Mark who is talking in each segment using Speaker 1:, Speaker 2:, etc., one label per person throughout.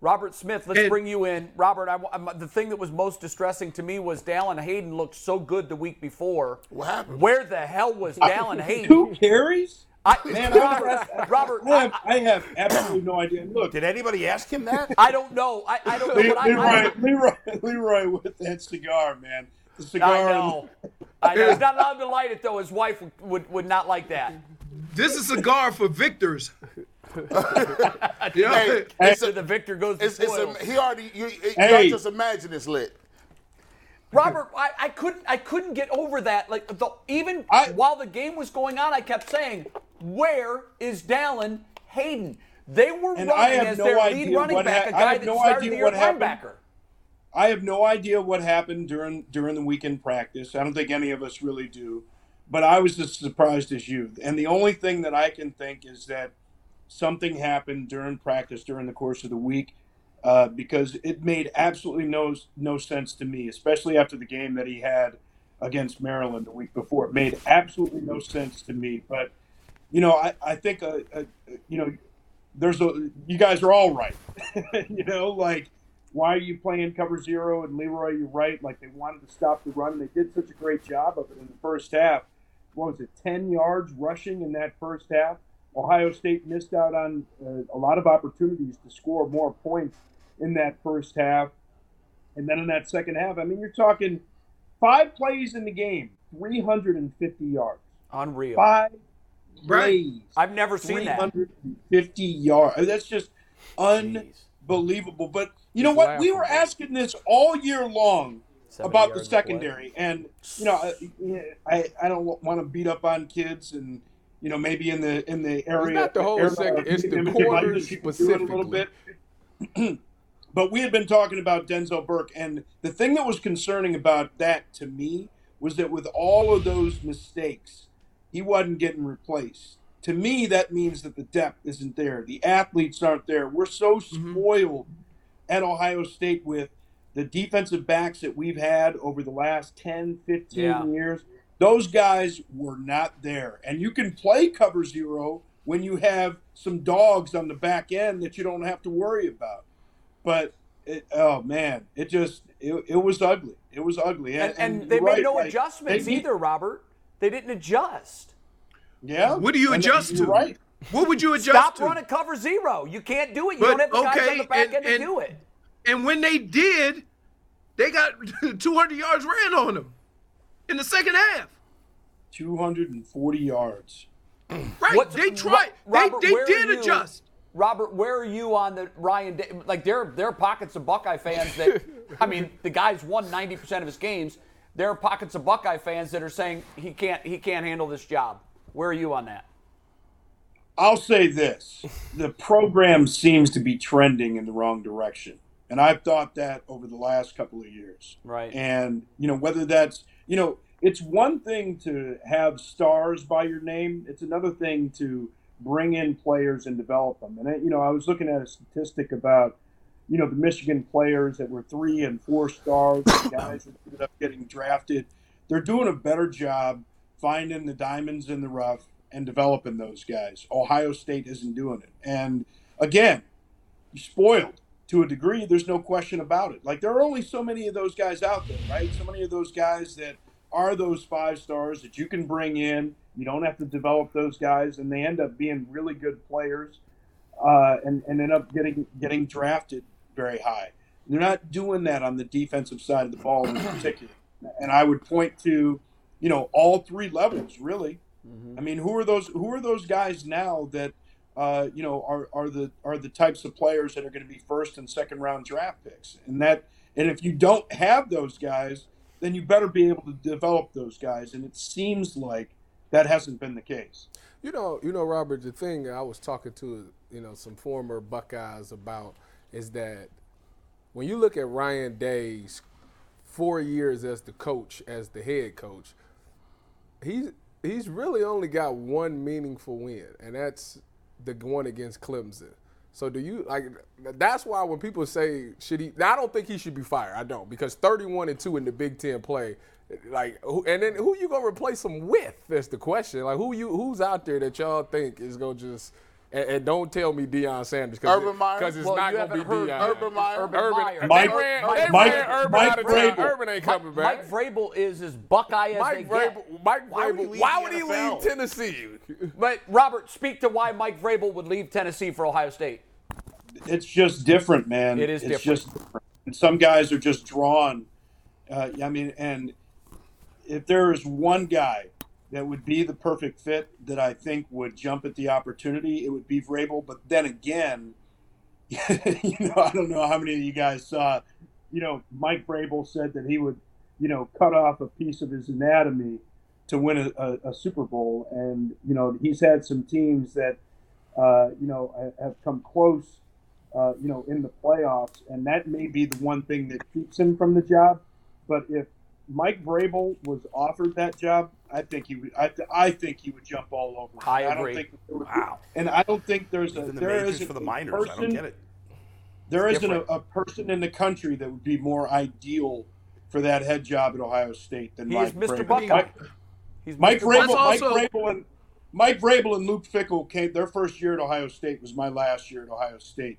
Speaker 1: Robert Smith, let's bring you in. Robert, I, I, the thing that was most distressing to me was Dallin Hayden looked so good the week before.
Speaker 2: What happened?
Speaker 1: Where the hell was Dallin Hayden?
Speaker 3: Two carries?
Speaker 1: I,
Speaker 3: Man,
Speaker 1: Robert,
Speaker 3: I,
Speaker 1: Robert,
Speaker 3: I have, I have absolutely no idea. Look,
Speaker 2: Did anybody ask him that?
Speaker 1: I don't know. I, I don't know. But I,
Speaker 3: Leroy,
Speaker 1: I,
Speaker 3: Leroy, Leroy with that cigar, man. The cigar.
Speaker 1: I know. I know. He's not allowed to light it though. His wife would, would, would not like that.
Speaker 4: This is a cigar for victors.
Speaker 2: Hey,
Speaker 4: yeah.
Speaker 2: it's
Speaker 1: So
Speaker 2: a,
Speaker 1: the victor goes to
Speaker 2: it's, it's a,
Speaker 1: spoils.
Speaker 2: he already. You, you
Speaker 3: Hey.
Speaker 2: just imagine it's lit.
Speaker 1: Robert, I, I couldn't I couldn't get over that. Like the, even
Speaker 3: I-
Speaker 1: while the game was going on, I kept saying, "Where is Dallin Hayden?" They were
Speaker 3: And I
Speaker 1: running
Speaker 3: have
Speaker 1: as
Speaker 3: no
Speaker 1: their lead
Speaker 3: idea
Speaker 1: running
Speaker 3: what
Speaker 1: back,
Speaker 3: hap-
Speaker 1: a
Speaker 3: I
Speaker 1: guy
Speaker 3: have
Speaker 1: that
Speaker 3: no
Speaker 1: started
Speaker 3: idea
Speaker 1: the year
Speaker 3: what
Speaker 1: at
Speaker 3: happened.
Speaker 1: linebacker.
Speaker 3: I have no idea what happened during during the weekend practice. I don't think any of us really do, but I was as surprised as you. And the only thing that I can think is that something happened during practice during the course of the week uh, because it made absolutely no no sense to me, especially after the game that he had against Maryland the week before. It made absolutely no sense to me. But you know, I I think uh uh you know there's a you guys are all right. you know, like why are you playing cover zero and Leroy? You're right. Like they wanted to stop the run, and they did such a great job of it in the first half. What was it, ten yards rushing in that first half? Ohio State missed out on uh, a lot of opportunities to score more points in that first half, and then in that second half. I mean, you're talking five plays in the game, 350 yards.
Speaker 1: Unreal.
Speaker 3: Five
Speaker 4: Right.
Speaker 3: plays,
Speaker 1: I've never seen that.
Speaker 3: 350 yards. That's just un believable. But you know what? We were asking this all year long about the secondary, and you know, I, I, I don't want to beat up on kids, and you know, maybe in the in the area,
Speaker 5: not the whole
Speaker 3: area-
Speaker 5: second- it's the
Speaker 3: maybe
Speaker 5: quarters
Speaker 3: you can do it a little bit. but we had been talking about Denzel Burke, and the thing that was concerning about that to me was that with all of those mistakes, he wasn't getting replaced. To me, that means that the depth isn't there. The athletes aren't there. We're so
Speaker 1: Mm-hmm.
Speaker 3: spoiled at Ohio State with the defensive backs that we've had over the last 10, 15
Speaker 1: Yeah.
Speaker 3: years. Those guys were not there. And you can play cover zero when you have some dogs on the back end that you don't have to worry about. But it, oh man, it just it, it was ugly. It was ugly.
Speaker 1: and,
Speaker 3: And,
Speaker 1: and
Speaker 3: you're
Speaker 1: they made
Speaker 3: right,
Speaker 1: no
Speaker 3: like,
Speaker 1: adjustments
Speaker 3: they need-
Speaker 1: either, Robert. They didn't adjust.
Speaker 3: Yeah.
Speaker 4: What do you
Speaker 3: And
Speaker 4: adjust
Speaker 3: you're
Speaker 4: to?
Speaker 3: Right.
Speaker 4: What would you adjust
Speaker 1: Stop
Speaker 4: to?
Speaker 1: running cover zero. You can't do it. You
Speaker 4: But,
Speaker 1: don't have the guys on
Speaker 4: okay,
Speaker 1: the back
Speaker 4: and-
Speaker 1: end to
Speaker 4: and-
Speaker 1: do it.
Speaker 4: And when they did, they got 200 yards ran on them in the second half.
Speaker 3: 240 yards.
Speaker 4: Right?
Speaker 1: What's-
Speaker 4: they tried.
Speaker 1: Ro- Robert,
Speaker 4: they they
Speaker 1: where
Speaker 4: did
Speaker 1: are you-
Speaker 4: adjust.
Speaker 1: Robert, where are you on the Ryan? Day, like there, there are pockets of Buckeye fans that, I mean, the guy's won 90% of his games. There are pockets of Buckeye fans that are saying he can't, he can't handle this job. Where are you on that?
Speaker 3: I'll say this: the program seems to be trending in the wrong direction, and I've thought that over the last couple of years.
Speaker 1: Right.
Speaker 3: And you know whether that's you know it's one thing to have stars by your name; it's another thing to bring in players and develop them. And I, you know, I was looking at a statistic about you know the Michigan players that were three and four stars, the guys that ended up getting drafted. They're doing a better job finding the diamonds in the rough and developing those guys. Ohio State isn't doing it. And again, you're spoiled to a degree. There's no question about it. Like there are only so many of those guys out there, right? So many of those guys that are those five stars that you can bring in. You don't have to develop those guys, and they end up being really good players, uh, and and end up getting getting drafted very high. They're not doing that on the defensive side of the ball in particular. And I would point to, you know, all three levels really. I mean, who are those? Who are those guys now that uh, you know are, are the are the types of players that are going to be first and second round draft picks? And that and if you don't have those guys, then you better be able to develop those guys. And it seems like that hasn't been the case.
Speaker 5: You know, you know, Robert. The thing I was talking to, you know, some former Buckeyes about is that when you look at Ryan Day's four years as the coach, as the head coach, he's he's really only got one meaningful win, and that's the one against Clemson. So do you like? That's why when people say should he, I don't think he should be fired. I don't because thirty-one and two in the Big Ten play, like, who, and then who you gonna replace him with? That's the question. Like, who you who's out there that y'all think is gonna just And, and don't tell me Deion Sanders
Speaker 2: Urban Meyer?
Speaker 5: because it's
Speaker 1: Well,
Speaker 5: not
Speaker 1: you
Speaker 5: going to be
Speaker 1: haven't heard
Speaker 5: Deion.
Speaker 2: Urban Meyer.
Speaker 1: Urban
Speaker 5: Urban,
Speaker 1: Meyer.
Speaker 5: Mike,
Speaker 3: Mike-
Speaker 5: they ran, they
Speaker 3: Mike-
Speaker 5: ran Urban
Speaker 3: Mike
Speaker 5: out of town.
Speaker 3: Vrabel.
Speaker 5: Urban ain't coming back.
Speaker 1: Mike Vrabel is as Buckeye as
Speaker 6: Mike
Speaker 1: they get.
Speaker 6: Vrabel. Mike
Speaker 2: Why would he
Speaker 6: Vrabel.
Speaker 2: leave
Speaker 6: Why
Speaker 2: the
Speaker 6: would he
Speaker 2: NFL?
Speaker 6: leave Tennessee?
Speaker 1: But Robert, speak to why Mike Vrabel would leave Tennessee for Ohio State.
Speaker 3: it's just different, man.
Speaker 1: It is
Speaker 3: It's
Speaker 1: different.
Speaker 3: just different. And some guys are just drawn. Uh, I mean, and if there is one guy that would be the perfect fit that I think would jump at the opportunity, it would be Vrabel. But then again, you know, I don't know how many of you guys saw. You know, Mike Vrabel said that he would, you know, cut off a piece of his anatomy to win a, a, a Super Bowl, and you know, he's had some teams that, uh, you know, ha- have come close uh, you know, in the playoffs, and that may be the one thing that keeps him from the job. But if Mike Vrabel was offered that job, I think he would. I, th- I think he would jump all over. him.
Speaker 1: I
Speaker 3: don't
Speaker 1: agree.
Speaker 3: think there would be- And I don't think there's a
Speaker 2: in the
Speaker 3: there
Speaker 2: majors
Speaker 3: isn't
Speaker 2: for the
Speaker 3: a
Speaker 2: minors. I don't
Speaker 3: person-
Speaker 2: get it.
Speaker 3: There isn't a, a person in the country that would be more ideal for that head job at Ohio State than
Speaker 1: He
Speaker 3: Mike
Speaker 1: is Mr.
Speaker 3: Vrabel.
Speaker 1: Buckeye.
Speaker 3: Mike,
Speaker 1: He's
Speaker 3: Mike
Speaker 1: Mr. Buckeye.
Speaker 3: Vrabel,
Speaker 4: That's also-
Speaker 3: Mike Vrabel, and Mike Vrabel and Luke Fickle came. Their first year at Ohio State was my last year at Ohio State,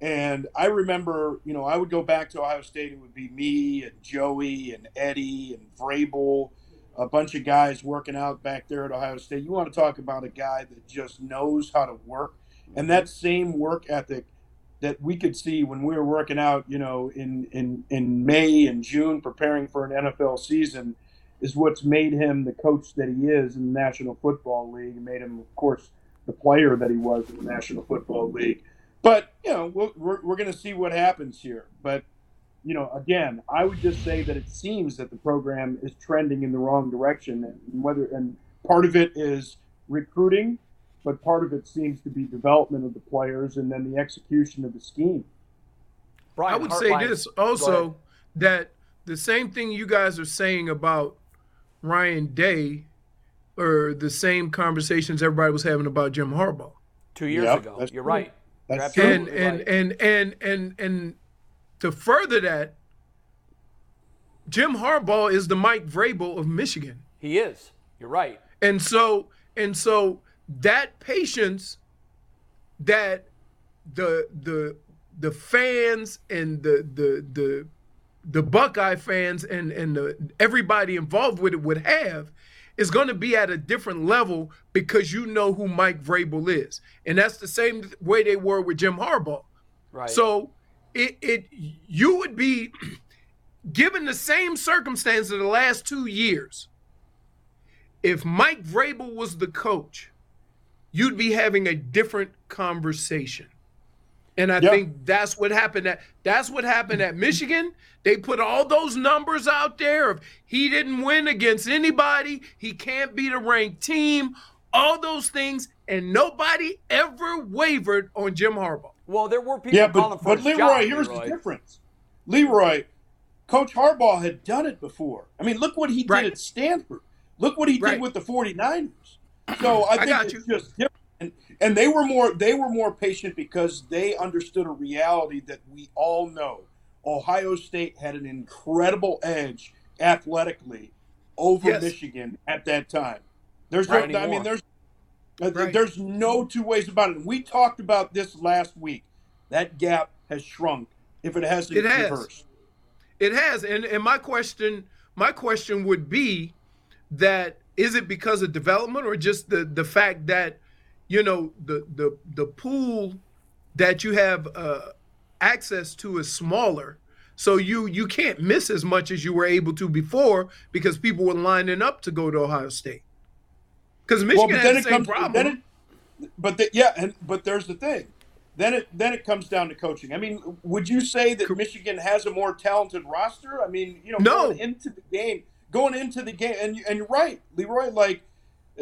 Speaker 3: and I remember, you know, I would go back to Ohio State. It would be me and Joey and Eddie and Vrabel, a bunch of guys working out back there at Ohio State. You want to talk about a guy that just knows how to work, and that same work ethic that we could see when we were working out, you know, in in in May and June, preparing for an NFL season is what's made him the coach that he is in the National Football League, and made him, of course, the player that he was in the National Football League. But you know, we'll, we're we're going to see what happens here. But you know, again, I would just say that it seems that the program is trending in the wrong direction, and whether and part of it is recruiting, but part of it seems to be development of the players and then the execution of the scheme.
Speaker 1: Brian
Speaker 4: I would say
Speaker 1: Hartline.
Speaker 4: this
Speaker 1: Go
Speaker 4: also
Speaker 1: ahead.
Speaker 4: that the same thing you guys are saying about Ryan Day are the same conversations everybody was having about Jim Harbaugh.
Speaker 1: two years
Speaker 3: Yep,
Speaker 1: ago.
Speaker 3: that's
Speaker 1: You're
Speaker 3: true.
Speaker 1: right. You're
Speaker 3: That's
Speaker 4: And
Speaker 1: absolutely
Speaker 4: and,
Speaker 1: right.
Speaker 4: and and and and to further that, Jim Harbaugh is the Mike Vrabel of Michigan.
Speaker 1: he is. You're right.
Speaker 4: And so and so that patience that the the the fans and the the the the Buckeye fans and and the, everybody involved with it would have is going to be at a different level because you know who Mike Vrabel is, and that's the same way they were with Jim Harbaugh.
Speaker 1: Right.
Speaker 4: So it it you would be given the same circumstance of the last two years. If Mike Vrabel was the coach, you'd be having a different conversation. And I
Speaker 3: Yeah.
Speaker 4: think that's what happened at that's what happened at Michigan. They put all those numbers out there of he didn't win against anybody, he can't beat a ranked team, all those things, and nobody ever wavered on Jim Harbaugh.
Speaker 1: well, there were people
Speaker 3: Yeah, but,
Speaker 1: calling for
Speaker 3: but
Speaker 1: his
Speaker 3: Leroy,
Speaker 1: job,
Speaker 3: here's
Speaker 1: Leroy.
Speaker 3: the difference. Leroy, Coach Harbaugh had done it before. I mean, look what he
Speaker 4: Right.
Speaker 3: did at Stanford. Look what he
Speaker 4: Right.
Speaker 3: did with the 49ers. So I think
Speaker 4: got
Speaker 3: it's
Speaker 4: you.
Speaker 3: just different. And, and they were more they were more patient because they understood a reality that we all know. Ohio State had an incredible edge athletically over
Speaker 4: Yes.
Speaker 3: Michigan at that time. There's
Speaker 1: Right
Speaker 3: no, I
Speaker 1: anymore.
Speaker 3: mean there's uh,
Speaker 4: Right.
Speaker 3: There's no two ways about it. We talked about this last week. That gap has shrunk if it hasn't
Speaker 4: It has.
Speaker 3: reversed.
Speaker 4: It has, and and my question, my question would be that is it because of development or just the the fact that you know the the the pool that you have uh, access to is smaller, so you you can't miss as much as you were able to before because people were lining up to go to Ohio State because Michigan
Speaker 3: but
Speaker 4: had
Speaker 3: then
Speaker 4: the
Speaker 3: it
Speaker 4: same
Speaker 3: comes.
Speaker 4: problem.
Speaker 3: Then it, but the, yeah, and but there's the thing. Then it then it comes down to coaching. I mean, would you say that Michigan has a more talented roster? I mean, you know,
Speaker 4: No.
Speaker 3: going into the game, going into the game, and you- and you're right, Leroy. Like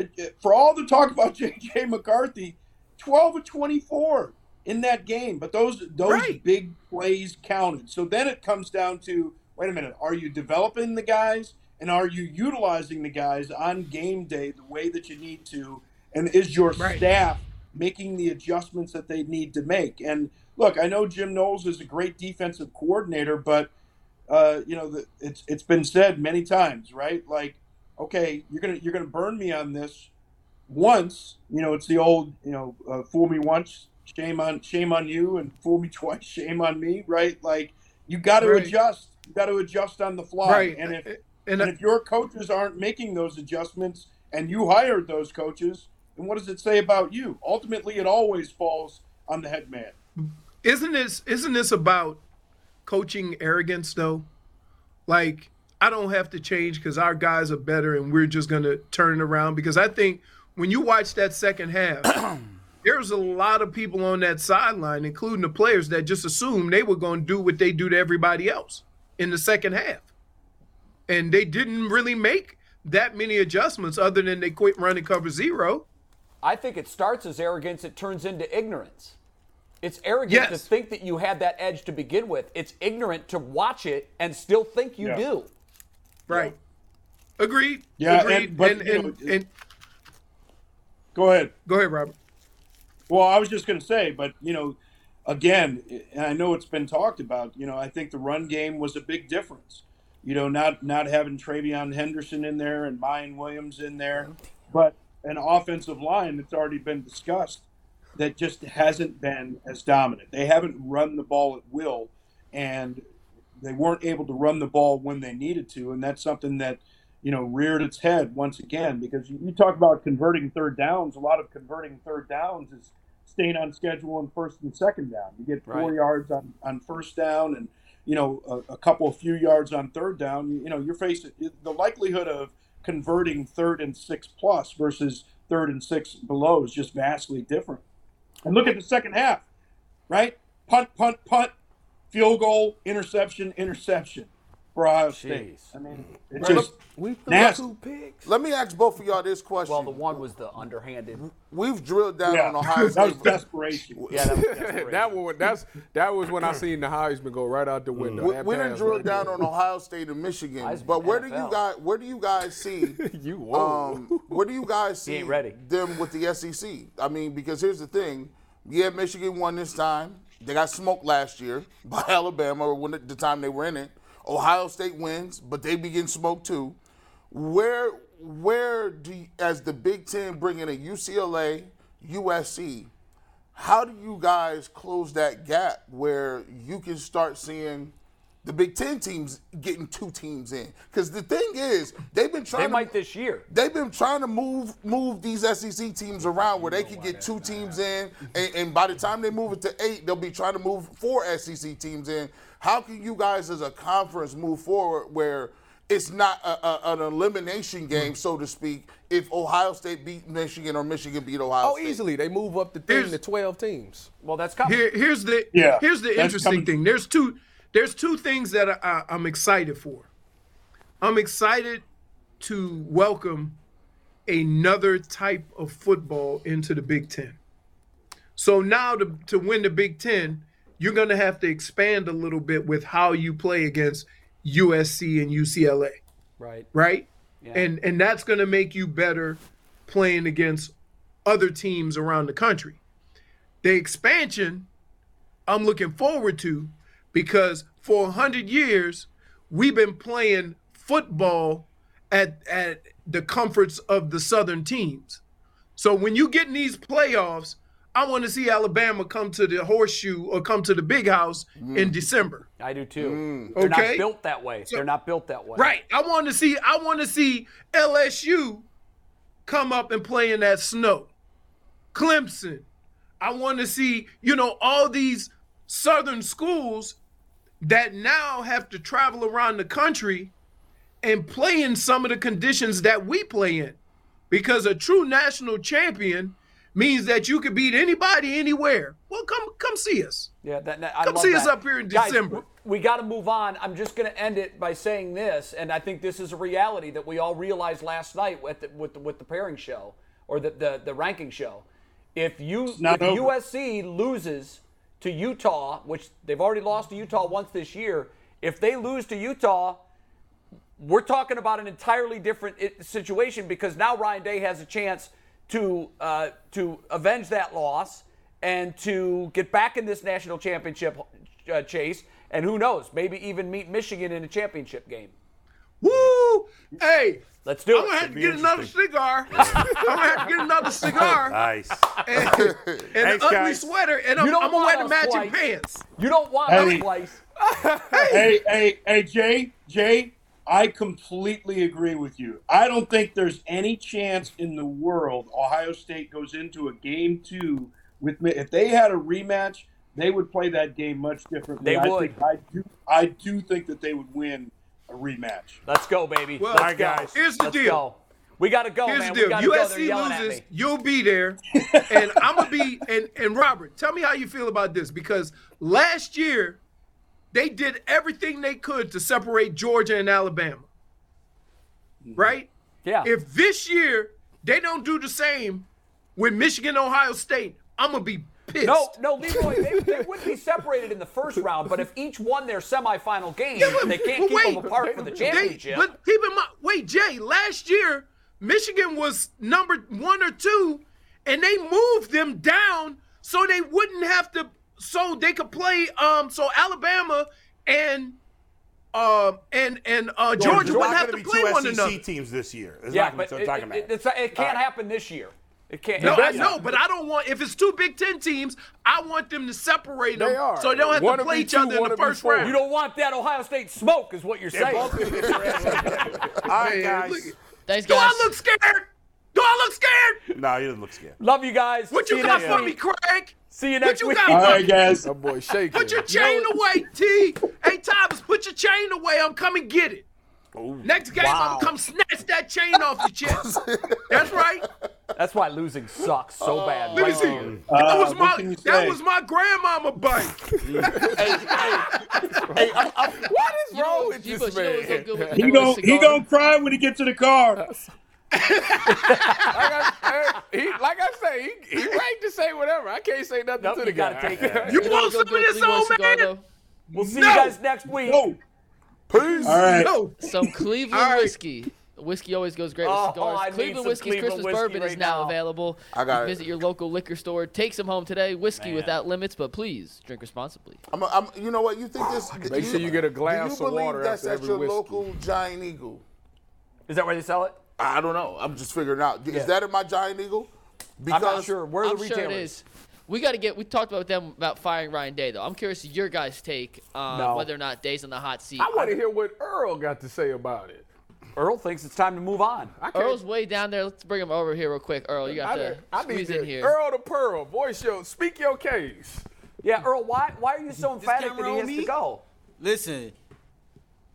Speaker 3: it- it- for all the talk about J.J. McCarthy, 12 of 24 in that game, but those those
Speaker 4: Right.
Speaker 3: big plays counted. So then it comes down to wait a minute, are you developing the guys and are you utilizing the guys on game day the way that you need to and is your
Speaker 4: Right.
Speaker 3: staff making the adjustments that they need to make? And look, I know Jim Knowles is a great defensive coordinator, but uh, you know, the, it's it's been said many times, right? Like, okay, you're gonna you're gonna burn me on this, once, you know, it's the old, you know, uh, fool me once, shame on shame on you, and fool me twice, shame on me, right? Like you got to
Speaker 4: Right.
Speaker 3: adjust. You got to adjust on the fly.
Speaker 4: Right.
Speaker 3: And if
Speaker 4: And,
Speaker 3: and if your coaches aren't making those adjustments, and you hired those coaches, then what does it say about you? Ultimately, it always falls on the head man.
Speaker 4: isn't this isn't this about coaching arrogance though? Like I don't have to change because our guys are better and we're just gonna turn it around. Because I think when you watch that second half, there's a lot of people on that sideline, including the players, that just assumed they were gonna do what they do to everybody else in the second half, and they didn't really make that many adjustments other than they quit running cover zero.
Speaker 1: I think it starts as arrogance, it turns into ignorance. It's arrogant
Speaker 4: Yes.
Speaker 1: to think that you had that edge to begin with. It's ignorant to watch it and still think you
Speaker 3: Yeah.
Speaker 1: do.
Speaker 4: Right. Agreed.
Speaker 3: Yeah, and-
Speaker 4: Agreed.
Speaker 3: but,
Speaker 4: and,
Speaker 3: you know,
Speaker 4: and, and
Speaker 3: Go ahead.
Speaker 4: go ahead, Robert.
Speaker 3: Well, I was just going to say, but you know, again, and I know it's been talked about. You know, I think the run game was a big difference. You know, not not having Travion Henderson in there and Mayan Williams in there,
Speaker 4: Oh,
Speaker 3: but an offensive line that's already been discussed that just hasn't been as dominant. They haven't run the ball at will, and they weren't able to run the ball when they needed to, and that's something that you know reared its head once again because you, you talk about converting third downs. A lot of converting third downs is staying on schedule on first and second down. You get four
Speaker 1: Right.
Speaker 3: yards on, on first down and you know a, a couple of few yards on third down. You, you know you're facing the likelihood of converting third and six plus versus third and six below is just vastly different. And look at the second half, right? Punt, punt, punt, field goal, interception, interception for Ohio State.
Speaker 1: Jeez.
Speaker 3: I mean,
Speaker 7: mm.
Speaker 3: it's just
Speaker 5: We threw
Speaker 3: Nasty.
Speaker 5: two picks.
Speaker 2: Let me ask both of y'all this question.
Speaker 1: Well, the one was the underhanded.
Speaker 2: We've drilled down
Speaker 3: yeah.
Speaker 2: on Ohio
Speaker 3: that was
Speaker 2: State.
Speaker 3: desperation.
Speaker 1: Yeah, that was desperation.
Speaker 5: that one, that's that was when I seen the Heisman go right out the window.
Speaker 2: we
Speaker 5: That
Speaker 2: we didn't
Speaker 5: pass
Speaker 2: drill
Speaker 5: right
Speaker 2: down
Speaker 5: there.
Speaker 2: on Ohio State and Michigan,
Speaker 1: Heisman,
Speaker 2: but where do you
Speaker 1: NFL.
Speaker 2: guys where do you guys see
Speaker 5: You whoa.
Speaker 2: um, where do you guys see
Speaker 1: ain't ready.
Speaker 2: them with the SEC? I mean, because here's the thing: yeah, Michigan won this time. They got smoked last year by Alabama or when the, the time they were in it. Ohio State wins, but they begin smoked too. Where where do you, as the Big Ten bring in a UCLA, USC? How do you guys close that gap where you can start seeing the Big Ten teams getting two teams in? Because the thing is, they've been trying.
Speaker 1: They
Speaker 2: to-
Speaker 1: might this year.
Speaker 2: they've been trying to move move these SEC teams around where they could get two teams in, and, and by the time they move it to eight, they'll be trying to move four SEC teams in. How can you guys, as a conference, move forward where it's not a, a- an elimination game, so to speak, if Ohio State beat Michigan or Michigan beat Ohio
Speaker 5: Oh,
Speaker 2: State?
Speaker 5: easily they move up the team
Speaker 4: Here's-
Speaker 5: to twelve teams.
Speaker 1: Well, that's coming.
Speaker 4: Here, here's the
Speaker 3: Yeah,
Speaker 4: here's the
Speaker 3: that's
Speaker 4: interesting
Speaker 3: coming.
Speaker 4: thing. There's two there's two things that I, I, I'm excited for. I'm excited to welcome another type of football into the Big Ten. So now to to win the Big Ten, you're going to have to expand a little bit with how you play against USC and UCLA
Speaker 1: Right.
Speaker 4: right? And and that's going to make you better playing against other teams around the country. The expansion I'm looking forward to because for 100 years we've been playing football at at the comforts of the southern teams. So when you get in these playoffs, I want to see Alabama come to the horseshoe or come to the big house in December.
Speaker 1: I do too. They're not
Speaker 4: Okay.
Speaker 1: built that way. They're not built that way.
Speaker 4: Right. I want to see. I want to see LSU come up and play in that snow. Clemson. I want to see. You know all these southern schools that now have to travel around the country and play in some of the conditions that we play in, because a true national champion means that you could beat anybody anywhere. Well, come come see us.
Speaker 1: Yeah, that, that- I
Speaker 4: Come
Speaker 1: love
Speaker 4: see us
Speaker 1: that.
Speaker 4: up here in
Speaker 1: Guys,
Speaker 4: December.
Speaker 1: we got to move on. I'm just going to end it by saying this, and I think this is a reality that we all realized last night with the, with the, with the pairing show or the, the, the ranking show. If you
Speaker 3: not
Speaker 1: if
Speaker 3: over.
Speaker 1: USC loses to Utah, which they've already lost to Utah once this year, if they lose to Utah, we're talking about an entirely different i- situation because now Ryan Day has a chance to uh, to avenge that loss and to get back in this national championship uh, chase, and who knows, maybe even meet Michigan in a championship game.
Speaker 4: Woo! Hey,
Speaker 1: Let's do
Speaker 4: I'm gonna
Speaker 1: it.
Speaker 4: have
Speaker 6: be
Speaker 4: to get another
Speaker 6: interesting.
Speaker 4: cigar. I'm gonna have to get another cigar
Speaker 6: Nice.
Speaker 4: and, and an
Speaker 6: Thanks,
Speaker 4: ugly
Speaker 6: guys.
Speaker 4: sweater, and I'm,
Speaker 1: You don't
Speaker 4: I'm gonna wear the
Speaker 1: want us
Speaker 4: matching
Speaker 1: twice.
Speaker 4: pants.
Speaker 1: You don't want
Speaker 3: Hey.
Speaker 1: that place.
Speaker 3: hey, hey, hey, Jay, Jay, I completely agree with you. I don't think there's any chance in the world Ohio State goes into a game two with me. If they had a rematch, they would play that game much differently.
Speaker 1: They
Speaker 3: I
Speaker 1: would.
Speaker 3: Think, I do. I do think that they would win a rematch.
Speaker 1: Let's go, baby.
Speaker 4: Well,
Speaker 1: Let's
Speaker 6: all right,
Speaker 1: go.
Speaker 6: guys.
Speaker 4: Here's the
Speaker 1: Let's
Speaker 4: deal.
Speaker 1: go. We gotta go,
Speaker 4: Here's
Speaker 1: man.
Speaker 4: the deal.
Speaker 1: We gotta go. They're yelling
Speaker 4: USC
Speaker 1: at
Speaker 4: loses,
Speaker 1: me.
Speaker 4: you'll be there, and I'm gonna be and and Robert, tell me how you feel about this because last year they did everything they could to separate Georgia and Alabama, right?
Speaker 1: Mm-hmm. Yeah.
Speaker 4: If this year they don't do the same with Michigan, Ohio State, I'm gonna be pissed.
Speaker 1: no, no, Leroy, they, they would be separated in the first round, but if each won their semifinal game,
Speaker 4: but-
Speaker 1: they can't
Speaker 4: but
Speaker 1: keep
Speaker 4: wait.
Speaker 1: them apart for the
Speaker 4: They,
Speaker 1: championship.
Speaker 4: but keep in mind, wait, Jay, last year Michigan was number one or two, and they moved them down so they wouldn't have to, so they could play. Um, so Alabama and um and and uh, Georgia
Speaker 6: There's
Speaker 4: wouldn't
Speaker 6: not
Speaker 4: have to
Speaker 6: going to
Speaker 4: play
Speaker 6: be
Speaker 4: one
Speaker 6: two SEC
Speaker 4: another.
Speaker 6: teams this year. It's
Speaker 1: yeah,
Speaker 6: not going
Speaker 1: but
Speaker 6: to
Speaker 1: it,
Speaker 6: be talking about.
Speaker 1: it, it's, it can't happen this year. It can't.
Speaker 4: No,
Speaker 1: it
Speaker 4: I
Speaker 1: better
Speaker 4: know,
Speaker 1: not.
Speaker 4: but I don't want. If it's two Big Ten teams, I want them to separate them
Speaker 5: They are.
Speaker 4: so they don't have
Speaker 5: One
Speaker 4: to
Speaker 5: of
Speaker 4: play
Speaker 5: be
Speaker 4: each
Speaker 5: two,
Speaker 4: other in
Speaker 5: one
Speaker 4: the
Speaker 5: of be
Speaker 4: first
Speaker 5: four.
Speaker 4: round.
Speaker 1: You don't want that Ohio State smoke, is what you're saying.
Speaker 6: All right,
Speaker 4: Man, look
Speaker 6: guys.
Speaker 4: at-
Speaker 8: Thanks,
Speaker 4: Do
Speaker 8: guys.
Speaker 4: I look scared? Do I look scared?
Speaker 6: No, he doesn't look scared.
Speaker 1: Love you guys.
Speaker 4: What
Speaker 1: See
Speaker 4: you got
Speaker 1: next
Speaker 4: for
Speaker 1: week.
Speaker 4: me, Craig?
Speaker 1: See you
Speaker 4: What
Speaker 1: next
Speaker 4: you
Speaker 1: week.
Speaker 4: got
Speaker 3: All
Speaker 4: for
Speaker 3: right,
Speaker 4: me?
Speaker 3: guys.
Speaker 5: That boy shaking.
Speaker 4: Put your chain away, T. Hey, Thomas, put your chain away. I'm coming get it.
Speaker 5: Oh,
Speaker 4: Next game, I'm
Speaker 1: Wow.
Speaker 4: gonna come snatch that chain off your chest. That's right.
Speaker 1: That's why losing sucks so bad.
Speaker 4: Let me
Speaker 1: right
Speaker 4: see.
Speaker 1: there.
Speaker 4: that was
Speaker 3: Uh, what
Speaker 4: my
Speaker 3: can you
Speaker 4: that
Speaker 3: say?
Speaker 4: was my grandmama bike.
Speaker 2: Hey, I'm, I'm,
Speaker 5: What is
Speaker 8: You know
Speaker 5: wrong
Speaker 8: what-
Speaker 5: with
Speaker 8: you
Speaker 5: this
Speaker 8: know what's so
Speaker 5: man?
Speaker 8: good with-
Speaker 3: He
Speaker 8: with
Speaker 3: don't. He
Speaker 8: cigars?
Speaker 3: don't cry when he gets to the car.
Speaker 5: Like I, he, like I say, he, he right to say whatever. I can't say nothing
Speaker 1: Nope,
Speaker 5: to
Speaker 1: you
Speaker 5: the guy.
Speaker 1: gotta take it.
Speaker 4: You
Speaker 8: You know what's
Speaker 4: want
Speaker 8: so
Speaker 4: some of
Speaker 8: good with
Speaker 4: this,
Speaker 8: three more
Speaker 4: old
Speaker 8: cigar,
Speaker 4: man?
Speaker 8: though?
Speaker 1: We'll see
Speaker 4: No.
Speaker 1: you guys next week.
Speaker 3: No.
Speaker 2: peace.
Speaker 3: All right.
Speaker 4: No.
Speaker 8: Some Cleveland
Speaker 4: All right.
Speaker 8: whiskey. Whiskey always goes great with
Speaker 1: Oh,
Speaker 8: cigars.
Speaker 1: I need
Speaker 8: Cleveland
Speaker 1: some
Speaker 8: Whiskey's
Speaker 1: Cleveland
Speaker 8: Christmas
Speaker 1: whiskey
Speaker 8: bourbon is
Speaker 1: right
Speaker 8: now,
Speaker 1: now.
Speaker 8: available.
Speaker 2: I got it.
Speaker 8: Visit your local liquor store. Take some home today. Whiskey without limits, but please drink responsibly.
Speaker 2: I'm, I'm, you know what? You think this?
Speaker 5: Make sure you get a glass
Speaker 2: do you
Speaker 5: of
Speaker 2: believe
Speaker 5: water
Speaker 2: that's
Speaker 5: after
Speaker 2: at
Speaker 5: every
Speaker 2: your
Speaker 5: whiskey.
Speaker 2: local Giant Eagle?
Speaker 1: Is that where they sell it?
Speaker 2: I don't know. I'm just figuring out. Is
Speaker 1: Yeah.
Speaker 2: that at my Giant Eagle? Because
Speaker 1: I'm not sure. Where are
Speaker 8: I'm
Speaker 1: the
Speaker 8: sure
Speaker 1: retailers?
Speaker 8: it is. We got to get. We talked about them about firing Ryan Day though. I'm curious to your guys' take on
Speaker 1: No.
Speaker 8: whether or not Day's on the hot seat.
Speaker 5: I want to hear what Earl got to say about it.
Speaker 1: Earl thinks it's time to move on.
Speaker 5: I can't.
Speaker 8: Earl's way down there. Let's bring him over here real quick. Earl, you got
Speaker 5: I,
Speaker 8: to
Speaker 5: need- I need
Speaker 8: squeeze in
Speaker 5: to-
Speaker 8: here.
Speaker 5: Earl the Pearl, voice show, speak your case.
Speaker 1: Yeah, Earl, why why are you so emphatic that
Speaker 7: camera
Speaker 1: he
Speaker 7: on
Speaker 1: has to
Speaker 7: me?
Speaker 1: go?
Speaker 7: Listen,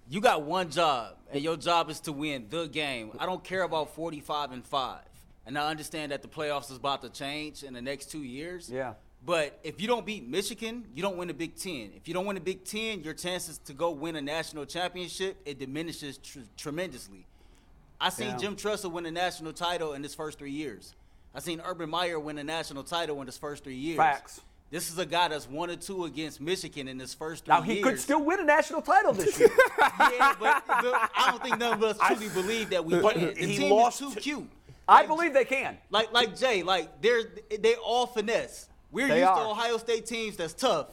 Speaker 7: you got one job, and your job is to win the game. I don't care about 45 and 5. And I understand that the playoffs is about to change in the next two years.
Speaker 1: Yeah.
Speaker 7: But if you don't beat Michigan, you don't win the Big Ten. If you don't win the Big Ten, your chances to go win a national championship it diminishes tr- tremendously. I seen
Speaker 1: Yeah.
Speaker 7: Jim Tressel win a national title in his first three years. I seen Urban Meyer win a national title in his first three years.
Speaker 1: Facts.
Speaker 7: This is a guy that's one or two against Michigan in his first three
Speaker 1: Now
Speaker 7: years.
Speaker 1: he could still win a national title this year.
Speaker 7: Yeah, but the, I don't think none of us truly believe that we
Speaker 6: But
Speaker 7: can. The
Speaker 6: he
Speaker 7: team
Speaker 6: lost
Speaker 7: is too
Speaker 6: to-
Speaker 7: cute.
Speaker 1: I believe they can.
Speaker 7: Like like Jay, like they're they all finesse. We're
Speaker 1: They
Speaker 7: used to
Speaker 1: are.
Speaker 7: Ohio State teams that's tough.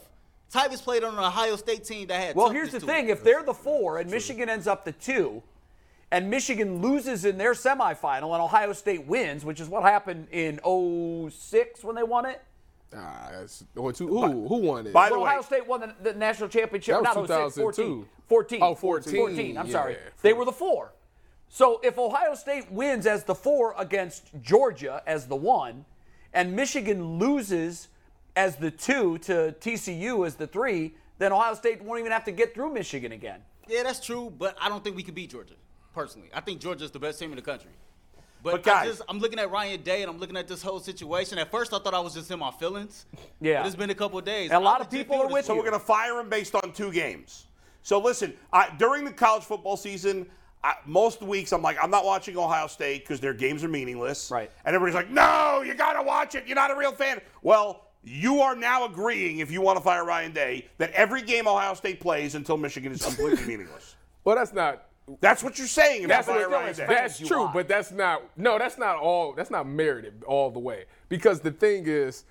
Speaker 7: Tyvus played on an Ohio State team that had.
Speaker 1: Well, here's the
Speaker 7: toughness to
Speaker 1: thing:
Speaker 7: it.
Speaker 1: if they're the four and Michigan ends up the two, and Michigan loses in their semifinal and Ohio State wins, which is what happened in 06 when they won it.
Speaker 5: Ah, that's, or two, who, who won it?
Speaker 6: By the
Speaker 1: Well,
Speaker 6: way,
Speaker 1: Ohio State won the, the national championship.
Speaker 5: That was
Speaker 1: not 06, 14.
Speaker 5: 2002.
Speaker 1: 14.
Speaker 5: Oh, 14.
Speaker 1: 14, I'm
Speaker 5: Yeah,
Speaker 1: sorry.
Speaker 5: yeah,
Speaker 1: They were the four. So if Ohio State wins as the four against Georgia as the one, and Michigan loses as the two to TCU as the three, then Ohio State won't even have to get through Michigan again.
Speaker 7: yeah, that's true, but I don't think we can beat Georgia. Personally, I think Georgia's the best team in the country. But,
Speaker 6: But guys-
Speaker 7: I just, I'm looking at Ryan Day and I'm looking at this whole situation. At first, I thought I was just in my feelings.
Speaker 1: Yeah.
Speaker 7: But it's been a couple of days.
Speaker 1: And a
Speaker 7: I
Speaker 1: lot of
Speaker 7: legit
Speaker 1: people
Speaker 7: feel
Speaker 1: are
Speaker 7: this
Speaker 1: with
Speaker 6: so
Speaker 1: you.
Speaker 6: we're going to fire him based on two games. So listen, I, during the college football season, I, most weeks I'm like, I'm not watching Ohio State because their games are meaningless.
Speaker 1: Right.
Speaker 6: And everybody's like, no, you got to watch it. You're not a real fan. Well, you are now agreeing, if you want to fire Ryan Day, that every game Ohio State plays until Michigan is completely meaningless.
Speaker 5: well, that's not.
Speaker 6: That's what you're saying about
Speaker 5: That's,
Speaker 6: firing Ryan
Speaker 5: what,
Speaker 6: Day.
Speaker 5: that's
Speaker 1: you
Speaker 5: true,
Speaker 1: lie.
Speaker 5: but that's not. No, that's not all. That's not merited all the way because the thing is,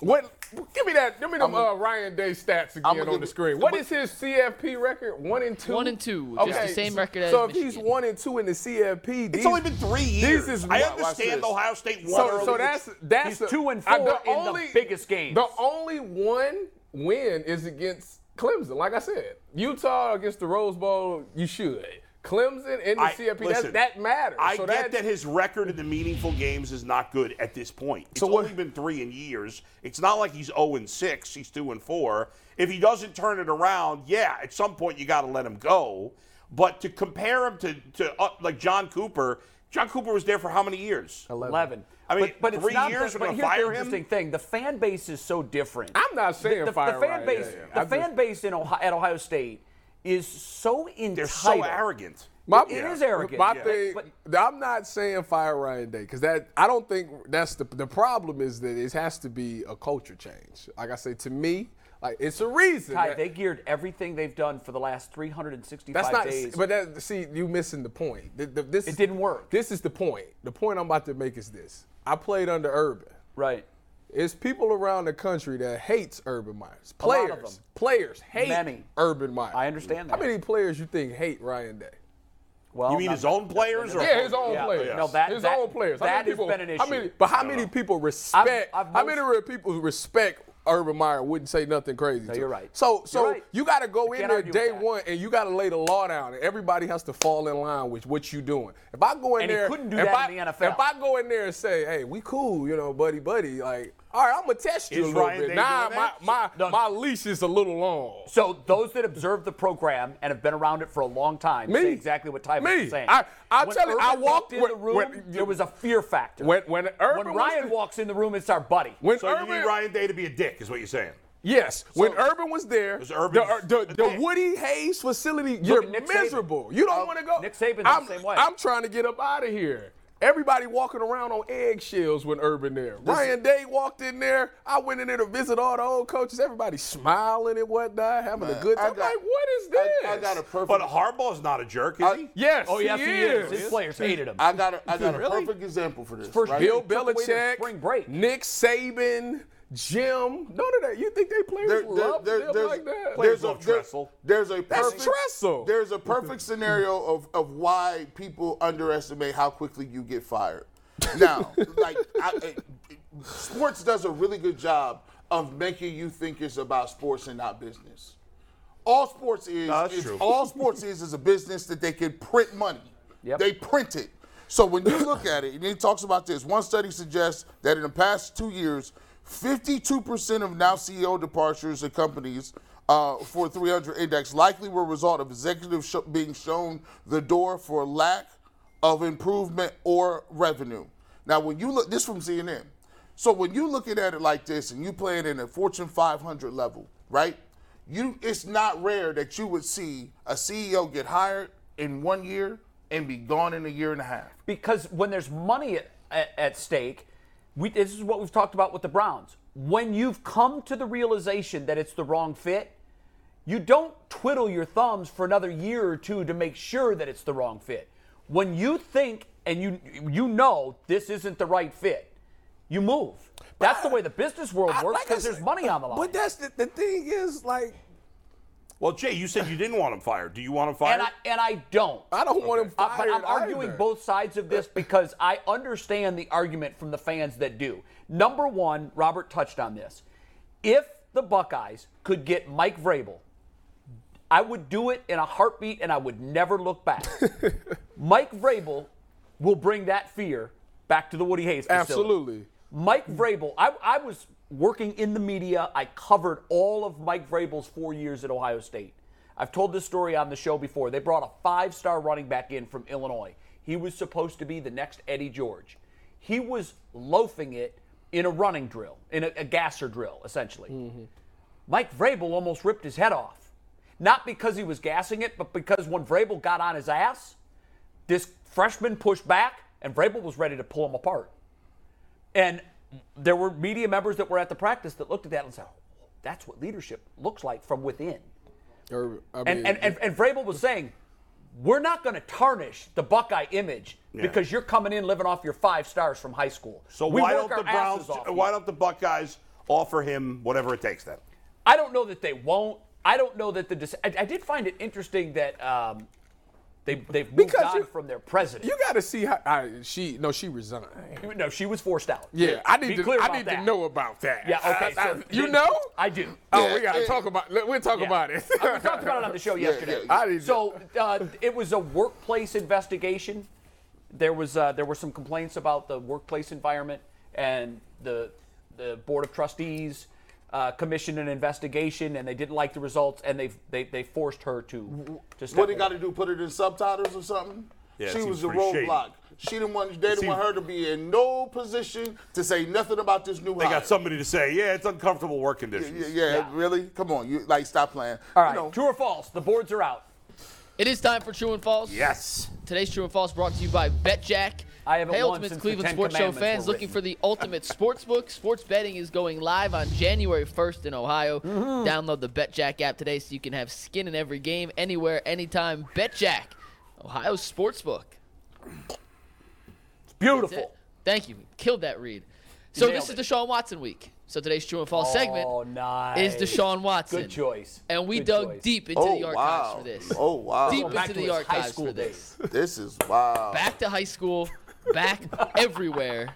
Speaker 5: what Give me that. Give me them
Speaker 2: I'ma-
Speaker 5: uh, Ryan Day stats
Speaker 2: I'ma
Speaker 5: again
Speaker 2: give
Speaker 5: on the
Speaker 2: you-
Speaker 5: screen. What is his CFP record? One and two.
Speaker 8: One and two, just the same record as
Speaker 5: So if he's
Speaker 8: Michigan.
Speaker 5: one and two in the CFP,
Speaker 6: It's only been three years.
Speaker 5: is
Speaker 6: I
Speaker 5: why- watch
Speaker 6: understand
Speaker 5: this.
Speaker 6: Ohio State won
Speaker 5: So,
Speaker 6: early.
Speaker 5: so that's that's
Speaker 1: He's
Speaker 5: a-
Speaker 1: two and
Speaker 5: I-
Speaker 1: four in the biggest games.
Speaker 5: The only one win is against Clemson. Like I said, Utah against the Rose Bowl, you should. Clemson in the
Speaker 6: I-
Speaker 5: CFP,
Speaker 6: listen,
Speaker 5: that, that matters.
Speaker 6: I
Speaker 5: so
Speaker 6: get that his record in the meaningful games is not good at this point. It's
Speaker 5: So what-
Speaker 6: only been three in years. It's not like he's 0 and 6, he's 2 and 4. If he doesn't turn it around, yeah, at some point you got to let him go. But to compare him to, to uh, like John Cooper, John Cooper was there for how many years?
Speaker 1: 11.
Speaker 6: I mean,
Speaker 1: but, but it's
Speaker 6: three
Speaker 1: not
Speaker 6: years
Speaker 1: the,
Speaker 6: we're
Speaker 1: but
Speaker 6: gonna
Speaker 1: here's
Speaker 6: fire
Speaker 1: the
Speaker 6: him?
Speaker 1: interesting thing. The fan base is so different.
Speaker 5: I'm not saying
Speaker 1: the, the,
Speaker 5: fire
Speaker 1: the fan
Speaker 5: Ryan
Speaker 1: base.
Speaker 5: Day.
Speaker 1: The
Speaker 5: I
Speaker 1: fan
Speaker 5: just-
Speaker 1: base in Ohio, at Ohio State is so entitled.
Speaker 6: They're so arrogant.
Speaker 5: My,
Speaker 1: It is arrogant.
Speaker 5: My
Speaker 1: Yeah.
Speaker 5: thing,
Speaker 1: But-
Speaker 5: I'm not saying fire Ryan Day because that I don't think that's the the problem is that it has to be a culture change. Like I say, to me, like it's a reason.
Speaker 1: Ty,
Speaker 5: that-
Speaker 1: they geared everything they've done for the last 365
Speaker 5: that's not,
Speaker 1: days.
Speaker 5: but that, see, you missing the point. The- the- this
Speaker 1: It didn't work.
Speaker 5: This is the point. The point I'm about to make is this: I played under Urban.
Speaker 1: right.
Speaker 5: It's people around the country that hates Urban Meyer.
Speaker 1: lot of
Speaker 5: Players,
Speaker 1: them.
Speaker 5: players hate
Speaker 1: Many.
Speaker 5: Urban Meyer.
Speaker 1: I understand
Speaker 5: How
Speaker 1: that.
Speaker 5: many players you think hate Ryan Day?
Speaker 1: Well,
Speaker 6: You mean
Speaker 1: not-
Speaker 6: his own players? Or
Speaker 5: Yeah, his own
Speaker 1: Yeah.
Speaker 5: players.
Speaker 1: No, that-
Speaker 5: his
Speaker 1: that-
Speaker 5: own players. How
Speaker 1: that
Speaker 5: many
Speaker 1: has
Speaker 5: people-
Speaker 1: been an
Speaker 5: How
Speaker 1: issue.
Speaker 5: many, but how many people respect?
Speaker 1: I've
Speaker 5: how
Speaker 1: most-
Speaker 5: many re- people respect Urban Meyer wouldn't say nothing crazy? to
Speaker 1: you're
Speaker 5: him?
Speaker 1: right.
Speaker 5: So, so
Speaker 1: You're right.
Speaker 5: you got to go
Speaker 1: I
Speaker 5: in
Speaker 1: can't
Speaker 5: there
Speaker 1: argue with
Speaker 5: day
Speaker 1: that.
Speaker 5: one and you got to lay the law down, and everybody has to fall in line with what you doing. If I go in
Speaker 1: And he
Speaker 5: there,
Speaker 1: couldn't do
Speaker 5: if
Speaker 1: that
Speaker 5: I,
Speaker 1: in the NFL.
Speaker 5: If I go in there and say, "Hey, we cool," you know, buddy, buddy, like, all right, I'm gonna test you
Speaker 6: Is
Speaker 5: a little
Speaker 6: Ryan
Speaker 5: bit.
Speaker 6: Day
Speaker 5: nah,
Speaker 6: doing
Speaker 5: Ah, my
Speaker 6: that?
Speaker 5: my
Speaker 1: No.
Speaker 5: my leash is a little long.
Speaker 1: So those that observe the program and have been around it for a long time
Speaker 5: Me.
Speaker 1: say exactly what Ty
Speaker 5: Me.
Speaker 1: was saying.
Speaker 5: I- I'll
Speaker 1: When
Speaker 5: tell you, I
Speaker 1: Urban
Speaker 5: walked
Speaker 1: in
Speaker 5: when-
Speaker 1: the room.
Speaker 5: when-
Speaker 1: there was a fear factor.
Speaker 5: When when Urban
Speaker 1: When
Speaker 5: was
Speaker 1: Ryan
Speaker 5: the-
Speaker 1: walks in the room, it's our buddy.
Speaker 5: when
Speaker 6: So
Speaker 5: Urban
Speaker 6: you need Ryan Day to be a dick, is what you're saying.
Speaker 5: Yes, when Urban was there,
Speaker 6: Was Urban-
Speaker 5: the, the, the
Speaker 6: Yeah.
Speaker 5: Woody Hayes facility, you're
Speaker 1: at Nick Saban. Oh,
Speaker 5: miserable. You don't want to go.
Speaker 1: Nick Saban's the
Speaker 5: I'm,
Speaker 1: same way.
Speaker 5: I'm trying to get up out of here. Everybody walking around on eggshells when Urban there. Ryan Day walked in there. I went in there to visit all the old coaches. Everybody smiling and whatnot, having a good
Speaker 2: I
Speaker 5: time.
Speaker 2: got-
Speaker 5: like, what is
Speaker 2: I-
Speaker 5: this?
Speaker 2: I got a perfect.
Speaker 6: But Harbaugh's not a jerk, is he?
Speaker 5: yes.
Speaker 1: oh yes,
Speaker 5: he,
Speaker 1: he,
Speaker 5: is.
Speaker 1: is. His players hated him.
Speaker 2: I got a, I got a
Speaker 5: Really?
Speaker 2: perfect example for this.
Speaker 1: First
Speaker 2: right?
Speaker 5: Bill
Speaker 1: They took away their
Speaker 5: Belichick,
Speaker 1: spring break.
Speaker 5: Nick Saban, Jim. None of that. You think they players
Speaker 2: There- there-
Speaker 5: love
Speaker 2: there-
Speaker 5: them
Speaker 2: there's-
Speaker 5: like that?
Speaker 2: there's
Speaker 6: Players love
Speaker 2: a- there-
Speaker 6: Tressel.
Speaker 2: There's a
Speaker 5: That's
Speaker 2: perfect
Speaker 5: Tressel.
Speaker 2: There's a perfect scenario of, of why people underestimate how quickly you get fired. Now, like I, I- sports does a really good job of making you think it's about sports and not business. All sports is,
Speaker 6: No, that's
Speaker 2: is-
Speaker 6: true.
Speaker 2: all sports is is a business that they can print money.
Speaker 1: Yep.
Speaker 2: They print it. So when you look at it, and it talks about this, one study suggests that in the past two years, 52% of now CEO departures at companies uh, for 300 index likely were a result of executives sho- being shown the door for lack of improvement or revenue. Now, when you look, this from CNN. So when you looking at it like this, and you playing in a Fortune 500 level, right? You, it's not rare that you would see a CEO get hired in one year and be gone in a year and a half.
Speaker 1: because when there's money at, at, at stake, we, this is what we've talked about with the Browns. When you've come to the realization that it's the wrong fit, you don't twiddle your thumbs for another year or two to make sure that it's the wrong fit. When you think and you you know this isn't the right fit, you move. That's the way the business world
Speaker 5: I-
Speaker 1: works
Speaker 5: like I
Speaker 1: because there's
Speaker 5: said,
Speaker 1: money on the line.
Speaker 5: But that's the, the thing is like
Speaker 6: Well, Jay, you said you didn't want him fired. Do you want him fired?
Speaker 1: and I and I don't.
Speaker 5: I don't want him
Speaker 1: Uh,
Speaker 5: fired.
Speaker 1: but I'm arguing
Speaker 5: either.
Speaker 1: both sides of this because I understand the argument from the fans that do. Number one, Robert touched on this. If the Buckeyes could get Mike Vrabel, I would do it in a heartbeat and I would never look back. Mike Vrabel will bring that fear back to the Woody Hayes facility.
Speaker 5: Absolutely.
Speaker 1: Mike Vrabel, I, I was working in the media. I covered all of Mike Vrabel's four years at Ohio State. I've told this story on the show before. They brought a five star running back in from Illinois. He was supposed to be the next Eddie George. He was loafing it in a running drill, in a, a gasser drill, essentially. Mike Vrabel almost ripped his head off. Not because he was gassing it, but because when Vrabel got on his ass, this freshman pushed back, and Vrabel was ready to pull him apart. And there were media members that were at the practice that looked at that and said, that's what leadership looks like from within.
Speaker 5: Or, I mean,
Speaker 1: And, and, and, and Vrabel was saying, we're not going to tarnish the Buckeye image because you're coming in living off your five stars from high school.
Speaker 6: so
Speaker 1: we
Speaker 6: why
Speaker 1: work
Speaker 6: don't the
Speaker 1: our asses
Speaker 5: Oh.
Speaker 6: Browns?
Speaker 1: off
Speaker 6: Why
Speaker 1: you."
Speaker 6: don't the Buckeyes offer him whatever it takes then.
Speaker 1: I don't know that they won't. I don't know that the. dec- I, I did find it interesting that um, they they've moved
Speaker 5: Because
Speaker 1: on
Speaker 5: you-
Speaker 1: from their president.
Speaker 5: You got to see how I, she. No, she resigned.
Speaker 1: no, she was forced out.
Speaker 5: Yeah, I need
Speaker 1: Be
Speaker 5: to.
Speaker 1: clear
Speaker 5: I
Speaker 1: about
Speaker 5: need
Speaker 1: that.
Speaker 5: to know about that.
Speaker 1: Yeah. Okay.
Speaker 5: I- I-
Speaker 1: so-
Speaker 5: you know?
Speaker 1: I do.
Speaker 5: oh,
Speaker 2: Yeah,
Speaker 5: we got to
Speaker 2: yeah.
Speaker 5: talk about. let- We'll talk
Speaker 1: Yeah.
Speaker 5: about it.
Speaker 1: Uh, we talked about it on the show yesterday.
Speaker 2: yeah.
Speaker 5: I didn't-
Speaker 1: so uh, it was a workplace investigation. There was uh, there were some complaints about the workplace environment, and the the board of trustees uh, commissioned an investigation, and they didn't like the results, and they they they forced her to to step
Speaker 2: What they
Speaker 1: away.
Speaker 2: got to do? Put it in subtitles or something?
Speaker 6: Yeah, it
Speaker 2: she
Speaker 6: seems
Speaker 2: was the
Speaker 6: pretty shady.
Speaker 2: roadblock. She didn't want. They didn't
Speaker 6: seems-
Speaker 2: want her to be in no position to say nothing about this new.
Speaker 6: They got somebody to say, yeah, it's uncomfortable work conditions.
Speaker 2: Yeah, yeah, really? Come on, you like stop playing.
Speaker 1: All right,
Speaker 2: You know,
Speaker 1: true or false? The boards are out.
Speaker 8: It is time for True and False.
Speaker 6: Yes.
Speaker 8: Today's True and False brought to you by BetJack.
Speaker 1: I haven't
Speaker 8: hey,
Speaker 1: won
Speaker 8: Ultimate
Speaker 1: since the
Speaker 8: Cleveland
Speaker 1: Ten
Speaker 8: Sports Show
Speaker 1: Commandments
Speaker 8: fans
Speaker 1: were
Speaker 8: looking
Speaker 1: written.
Speaker 8: for the ultimate sports book. Sports betting is going live on January 1st in Ohio.
Speaker 1: Mm-hmm.
Speaker 8: Download the BetJack app today so you can have skin in every game, anywhere, anytime. BetJack, Ohio's sports book.
Speaker 1: It's beautiful.
Speaker 8: That's it. Thank you. Killed that read. So
Speaker 1: Nailed
Speaker 8: this is
Speaker 1: it.
Speaker 8: Deshaun Watson week. So today's True and False
Speaker 1: Oh,
Speaker 8: segment
Speaker 1: nice.
Speaker 8: is Deshaun Watson.
Speaker 1: Good choice.
Speaker 8: And we
Speaker 1: Good
Speaker 8: dug
Speaker 1: choice.
Speaker 8: deep into
Speaker 2: Oh
Speaker 8: the archives
Speaker 2: wow.
Speaker 8: for this.
Speaker 2: Oh wow.
Speaker 8: Deep
Speaker 1: Back
Speaker 8: into
Speaker 1: to
Speaker 8: the
Speaker 1: his high
Speaker 8: archives
Speaker 1: school
Speaker 8: for this
Speaker 1: days.
Speaker 2: This is wow.
Speaker 8: back to high school, back everywhere.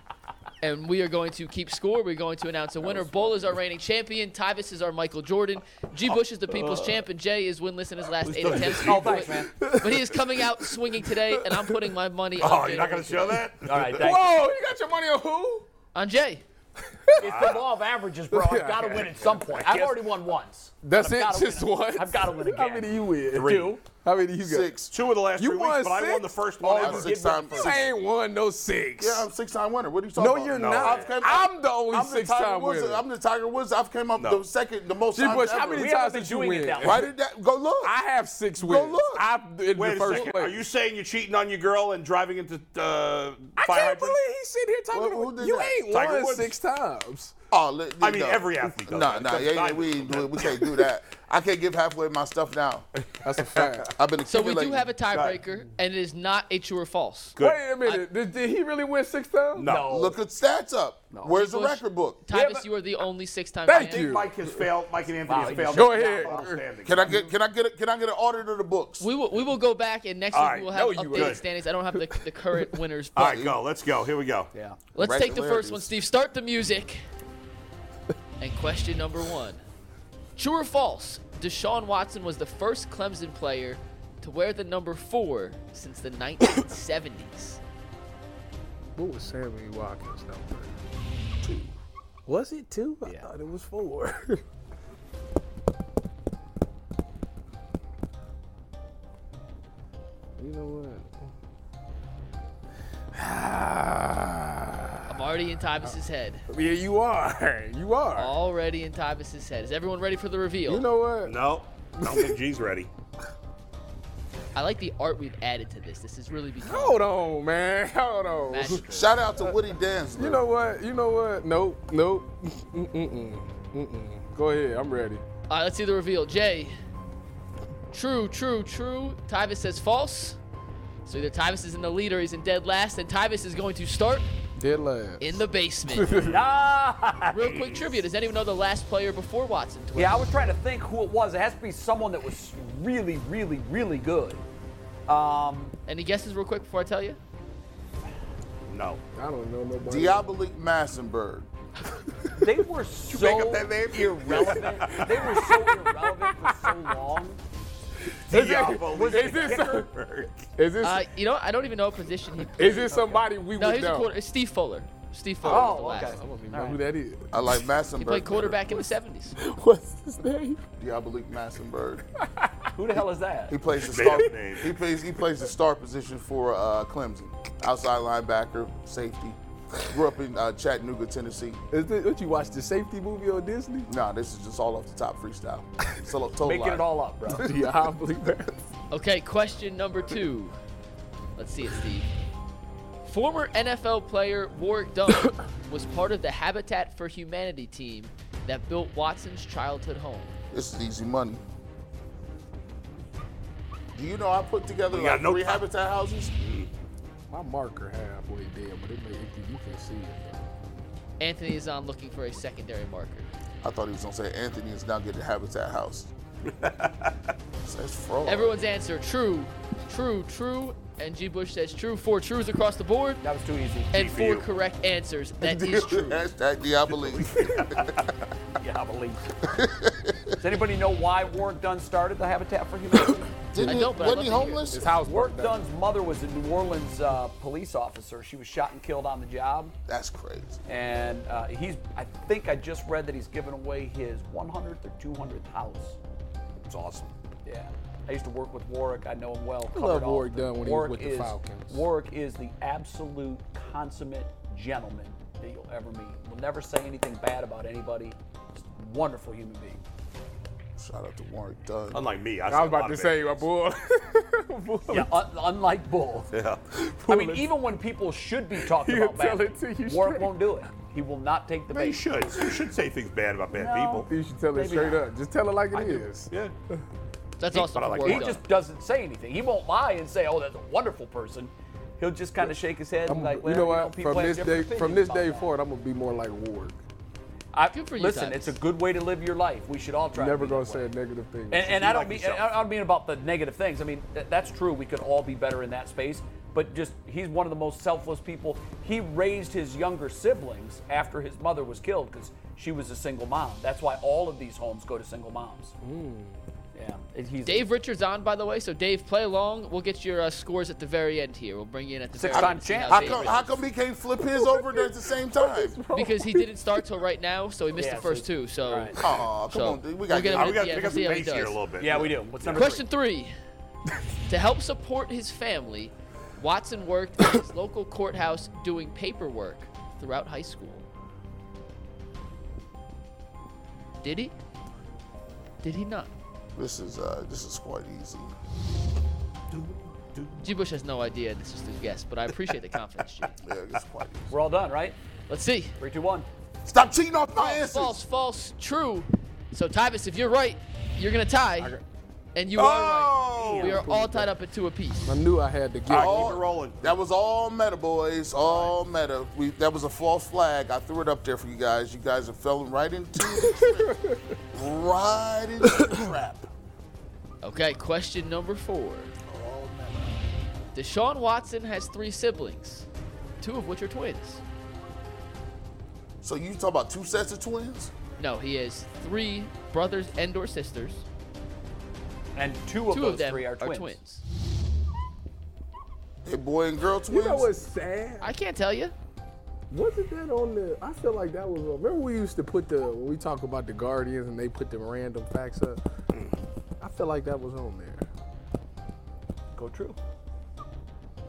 Speaker 8: And we are going to keep score. We're going to announce a winner. Bull is our reigning champion. Tyvis is our Michael Jordan. G. Bush is the people's champ. And Jay is winless in his last eight attempts.
Speaker 1: Oh, thanks, man.
Speaker 8: But he is coming out swinging today, and I'm putting my money on
Speaker 6: Oh,
Speaker 8: Jay.
Speaker 6: you're not going to show that?
Speaker 1: All right, thanks.
Speaker 5: Whoa, you got your money on who?
Speaker 8: on Jay.
Speaker 1: It's the law of averages, bro. I've got to win at some point. I've already won once.
Speaker 5: That's it.
Speaker 1: gotta
Speaker 5: Just
Speaker 1: win.
Speaker 5: once.
Speaker 1: I've got to win again.
Speaker 5: How many you win?
Speaker 1: Two.
Speaker 5: How many you got?
Speaker 2: Six.
Speaker 6: Two of the last
Speaker 5: You
Speaker 6: three
Speaker 5: won
Speaker 6: weeks, but I
Speaker 5: six? Oh,
Speaker 6: won the first one
Speaker 2: I'm
Speaker 6: ever.
Speaker 2: a six time
Speaker 5: You ain't won no six.
Speaker 2: Yeah, I'm six time winner. What are you talking
Speaker 5: no,
Speaker 2: about?
Speaker 5: you're
Speaker 6: No.
Speaker 5: not.
Speaker 6: I've come-
Speaker 5: I'm the only
Speaker 2: I'm the
Speaker 5: six
Speaker 2: Tiger
Speaker 5: time
Speaker 2: Woods.
Speaker 5: winner.
Speaker 2: I'm the Tiger Woods. I've came up
Speaker 6: No.
Speaker 2: the second, the most
Speaker 5: G.
Speaker 2: times
Speaker 5: Bush,
Speaker 2: ever.
Speaker 5: how many
Speaker 1: We
Speaker 5: times
Speaker 1: haven't been
Speaker 5: did you
Speaker 1: doing it
Speaker 5: win?
Speaker 1: that
Speaker 2: Why did that go look?
Speaker 5: I have six wins.
Speaker 2: look.
Speaker 5: I'm in
Speaker 6: Wait
Speaker 5: the
Speaker 6: a
Speaker 5: first
Speaker 6: second.
Speaker 5: place.
Speaker 6: Are you saying you're cheating on your girl and driving into uh,
Speaker 5: I
Speaker 6: fire
Speaker 5: can't
Speaker 6: hydrants?
Speaker 5: believe he's sitting here talking.
Speaker 2: Well, who
Speaker 5: about,
Speaker 2: did
Speaker 5: you
Speaker 2: that?
Speaker 5: ain't
Speaker 6: Tiger
Speaker 5: won
Speaker 6: Woods.
Speaker 5: six times.
Speaker 2: Oh, let-
Speaker 6: I mean,
Speaker 2: no.
Speaker 6: every athlete does
Speaker 2: No,
Speaker 6: that,
Speaker 2: no,
Speaker 6: except
Speaker 2: yeah, yeah,
Speaker 6: Tiger.
Speaker 2: we ain't do it. We can't do that. I can't give halfway my stuff now.
Speaker 5: That's a fact.
Speaker 2: I've been
Speaker 8: So we do
Speaker 2: accumulating.
Speaker 8: have a tiebreaker, and it is not a true or false.
Speaker 6: Good.
Speaker 5: Wait a minute. did, did he really win six times?
Speaker 6: No.
Speaker 2: Look at stats up. Where's the
Speaker 8: Bush,
Speaker 2: record book?
Speaker 8: Tyvis, you are the only six-time
Speaker 5: Thank
Speaker 8: champion.
Speaker 5: you.
Speaker 6: Mike has failed. Mike and Anthony
Speaker 1: Wow,
Speaker 6: have
Speaker 1: you
Speaker 6: failed.
Speaker 5: Go ahead.
Speaker 2: Can I get? Can I get? A, can I get an audit of the books?
Speaker 8: We will, we will go back, and next
Speaker 6: All
Speaker 8: week
Speaker 6: right.
Speaker 8: we will have
Speaker 5: No, you
Speaker 8: updated
Speaker 5: wouldn't.
Speaker 8: standings. I don't have the, the current winners.
Speaker 6: All
Speaker 8: but-
Speaker 6: right, go. Let's go. Here we go.
Speaker 1: Yeah.
Speaker 8: Let's
Speaker 2: Right
Speaker 8: take the first
Speaker 2: similarities.
Speaker 8: one, Steve. Start the music. And question number one True or false? Deshaun Watson was the first Clemson player to wear the number four since the 1970s.
Speaker 5: What was Sammy Watkins number? Two. Was it two? I thought it was four. you know what?
Speaker 8: I'm already in Tyvis's head.
Speaker 5: Uh, Yeah, you are. You are.
Speaker 8: Already in Tyvis's head. Is everyone ready for the reveal?
Speaker 5: You know what?
Speaker 6: No. I don't think G's ready.
Speaker 8: I like the art we've added to this. This is really become
Speaker 5: Hold on, man. Hold on.
Speaker 8: magical.
Speaker 2: Shout out to Woody Dansler.
Speaker 5: You know what? You know what? Nope. Nope. Mm, mm, Mm-mm. Mm-mm. Go ahead. I'm ready.
Speaker 8: All right, let's see the reveal. Jay. True, true, true. Tyvis says false. So either Tyvis is in the lead or he's in dead last, and Tyvis is going to start
Speaker 5: Dead last.
Speaker 8: in the basement.
Speaker 1: Ah!
Speaker 8: Real quick trivia: Does anyone know the last player before Watson? to win?
Speaker 1: Yeah, I was trying to think who it was. It has to be someone that was really, really, really good. Um,
Speaker 8: Any guesses, real quick, before I tell you?
Speaker 6: No.
Speaker 5: I don't know nobody.
Speaker 2: Diabolik Massenberg.
Speaker 1: they were so
Speaker 6: make up that name?
Speaker 1: irrelevant. they were so irrelevant for so long.
Speaker 5: Is
Speaker 6: Diabolik
Speaker 5: it- is this, some- is this,
Speaker 8: Uh, you know, I don't even know what position he. Played.
Speaker 5: is this somebody we
Speaker 8: No,
Speaker 5: would
Speaker 8: he's a
Speaker 5: know?
Speaker 8: quarter. It's Steve Fuller. Steve Fuller.
Speaker 1: Oh,
Speaker 8: was the
Speaker 1: okay.
Speaker 8: last.
Speaker 5: I
Speaker 8: one.
Speaker 5: don't even know who that is.
Speaker 2: I like Massenberg.
Speaker 8: He played quarterback in the '70s.
Speaker 5: What's his name?
Speaker 2: Diabolik Massenberg.
Speaker 1: Who the hell is that?
Speaker 2: He plays the
Speaker 6: Man
Speaker 2: star.
Speaker 6: name.
Speaker 2: He plays. He plays the star position for uh, Clemson. Outside linebacker, safety. Grew up in uh, Chattanooga, Tennessee.
Speaker 5: Is this, what you watch the safety movie on Disney?
Speaker 2: Nah, this is just all off the top freestyle. So, total
Speaker 1: Making
Speaker 2: lie.
Speaker 1: it all up, bro.
Speaker 5: Yeah, I believe that.
Speaker 8: Okay, question number two. Let's see it, Steve. Former NFL player Warwick Dunn was part of the Habitat for Humanity team that built Watson's childhood home.
Speaker 2: This is easy money. Do you know I put together
Speaker 6: We got
Speaker 2: like
Speaker 6: no
Speaker 2: three
Speaker 6: time.
Speaker 2: habitat houses?
Speaker 5: My marker halfway dead, but it may, it, can- you can see it.
Speaker 8: Anthony is on looking for a secondary marker.
Speaker 2: I thought he was gonna say Anthony is now getting Habitat House. That's
Speaker 5: Oh.
Speaker 2: fraud.
Speaker 8: Everyone's answer true, true, true, and G. Bush says true. Four trues across the board,
Speaker 1: That was too easy.
Speaker 8: and four correct answers. That is true.
Speaker 2: Hashtag Diabolique.
Speaker 1: Yeah, I believe. Does anybody know why Warwick Dunn started the Habitat for Humanity?
Speaker 2: Didn't
Speaker 8: I
Speaker 2: he,
Speaker 8: don't, but I'd
Speaker 2: wasn't he
Speaker 8: love to hear it.
Speaker 2: homeless?
Speaker 5: His house
Speaker 1: Warwick
Speaker 5: worked done.
Speaker 1: Dunn's mother was a New Orleans uh, police officer. She was shot and killed on the job.
Speaker 2: That's crazy.
Speaker 1: And uh, he's, I think I just read that he's given away his 100th or 200th house.
Speaker 6: It's awesome.
Speaker 1: Yeah. I used to work with Warwick. I know him well.
Speaker 5: I love
Speaker 1: covered all
Speaker 5: Warwick
Speaker 1: of the-
Speaker 5: Dunn when he was
Speaker 1: Warwick
Speaker 5: with the
Speaker 1: is-
Speaker 5: Falcons.
Speaker 1: Warwick is the absolute consummate gentleman that you'll ever meet. Will never say anything bad about anybody. Just a wonderful human being.
Speaker 2: Shout out to Warwick Dunn.
Speaker 6: Unlike me, I,
Speaker 5: I was about to say, my boy.
Speaker 1: Yeah, un- unlike Bull. Yeah. I mean, even when people should be talking
Speaker 5: He'll
Speaker 1: about bad,
Speaker 5: tell it to you
Speaker 1: Warwick
Speaker 5: straight.
Speaker 1: won't do it. He will not take the
Speaker 6: But you
Speaker 1: bait.
Speaker 6: should. You should say things bad about bad
Speaker 1: No.
Speaker 6: people.
Speaker 5: you should tell it
Speaker 1: Maybe
Speaker 5: straight
Speaker 1: not.
Speaker 5: up. Just tell it like it is.
Speaker 6: Yeah.
Speaker 8: That's also
Speaker 6: but I like
Speaker 8: work
Speaker 1: He
Speaker 6: that.
Speaker 8: done.
Speaker 1: just doesn't say anything. He won't lie and say, "Oh, that's a wonderful person." He'll just kind of shake his head and
Speaker 5: I'm,
Speaker 1: like, well,
Speaker 5: you know what?
Speaker 1: people
Speaker 5: from
Speaker 1: have
Speaker 5: this day,
Speaker 1: different
Speaker 5: from
Speaker 1: opinions
Speaker 5: this
Speaker 1: about
Speaker 5: day
Speaker 1: that."
Speaker 5: forward, I'm gonna be more like Ward.
Speaker 1: I,
Speaker 8: Good for you,
Speaker 1: Listen,
Speaker 8: Titus.
Speaker 1: it's a good way to live your life. We should all try.
Speaker 5: Never
Speaker 1: to be
Speaker 5: gonna
Speaker 1: that
Speaker 5: say
Speaker 1: way.
Speaker 5: a negative thing.
Speaker 1: And, and I don't
Speaker 6: like
Speaker 1: mean
Speaker 6: yourself.
Speaker 1: I don't mean about the negative things. I mean that, that's true. We could all be better in that space. But just he's one of the most selfless people. He raised his younger siblings after his mother was killed because she was a single mom. That's why all of these homes go to single moms.
Speaker 5: Mm.
Speaker 1: Yeah, and he's
Speaker 8: Dave Richards on, by the way. So Dave, play along. We'll get your uh, scores at the very end here. We'll bring you in at the
Speaker 1: Six
Speaker 8: very
Speaker 1: time
Speaker 8: end. to see
Speaker 1: champ.
Speaker 8: how
Speaker 2: How
Speaker 8: Dave
Speaker 2: come,
Speaker 8: Richards-
Speaker 2: how come he can't flip his over there at the same time?
Speaker 8: Because he didn't start till right now, so he missed
Speaker 1: Yeah,
Speaker 8: the first
Speaker 1: so-
Speaker 8: two. So,
Speaker 1: All right.
Speaker 2: Aw, come
Speaker 8: So,
Speaker 2: on, dude.
Speaker 8: we'll
Speaker 2: We got
Speaker 8: get
Speaker 6: Ah,
Speaker 8: him
Speaker 6: we got to
Speaker 8: Yeah,
Speaker 6: pick
Speaker 8: we'll
Speaker 6: up
Speaker 8: see
Speaker 6: the
Speaker 8: how he
Speaker 6: pace here a
Speaker 8: does.
Speaker 6: little bit.
Speaker 1: yeah, we do. What's number
Speaker 8: Question
Speaker 1: three?
Speaker 8: three. to help support his family, Watson worked at his local courthouse doing paperwork throughout high school. Did he? Did he not?
Speaker 2: This is uh, this is quite easy.
Speaker 8: G. Bush has no idea. This is just a guess, but I appreciate the confidence, G.
Speaker 2: Yeah, this is quite easy.
Speaker 1: We're all done, right?
Speaker 8: Let's see.
Speaker 1: Three, two, one.
Speaker 2: Stop cheating off my answers.
Speaker 8: False, false, true. So, Tybus, if you're right, you're going to tie. And you are
Speaker 2: Oh!
Speaker 8: right. We are all tied up at two apiece.
Speaker 5: I knew I had to get.
Speaker 6: All
Speaker 5: it.
Speaker 6: right,
Speaker 1: Oh.
Speaker 6: keep it rolling.
Speaker 2: That was all meta, boys. All meta. We, that was a false flag. I threw it up there for you guys. You guys are falling right into the trap. right into the trap.
Speaker 8: Okay, question number four. Deshaun Watson has three siblings, two of which are twins.
Speaker 2: So you talk about two sets of twins?
Speaker 8: No, he has three brothers and or sisters.
Speaker 1: And two of
Speaker 8: two
Speaker 1: those
Speaker 8: of them
Speaker 1: three are twins.
Speaker 2: Hey, boy and girl twins.
Speaker 5: You know what's sad?
Speaker 8: I can't tell you.
Speaker 5: Wasn't that on the? I feel like that was. on- Remember we used to put the when we talk about the Guardians and they put the random facts up.
Speaker 1: Mm.
Speaker 5: I feel like that was on there.
Speaker 1: Go true.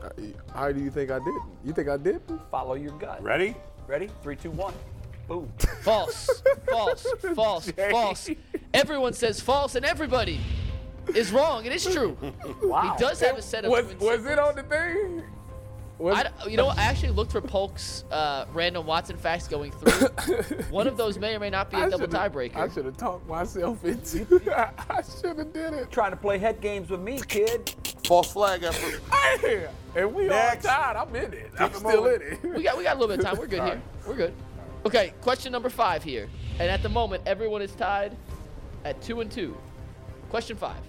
Speaker 5: I- How do you think I didn't? You think I did?
Speaker 1: Follow your gut.
Speaker 6: Ready?
Speaker 1: Ready? Three, two, one. Boom.
Speaker 8: False, false, false, false. Everyone says false, and everybody is wrong. It is true.
Speaker 1: Wow.
Speaker 8: He does have a set of
Speaker 5: Was
Speaker 8: twin
Speaker 5: was
Speaker 8: siblings.
Speaker 5: it on the thing? Was,
Speaker 8: I don't- you know, what? I actually looked for Polk's uh, random Watson facts going through. One of those may or may not be a double
Speaker 5: shoulda-
Speaker 8: tiebreaker.
Speaker 5: I should have talked myself into. I, I should have did it.
Speaker 1: Trying to play head games with me, kid.
Speaker 2: False flag effort.
Speaker 5: Damn. And we
Speaker 6: Next.
Speaker 5: all tied. I'm in it. I'm
Speaker 2: a
Speaker 5: still
Speaker 2: moment.
Speaker 5: in it.
Speaker 8: We got we got a little bit of time. We're good here. We're good. Okay, question number five here. And at the moment, everyone is tied at two and two. Question five.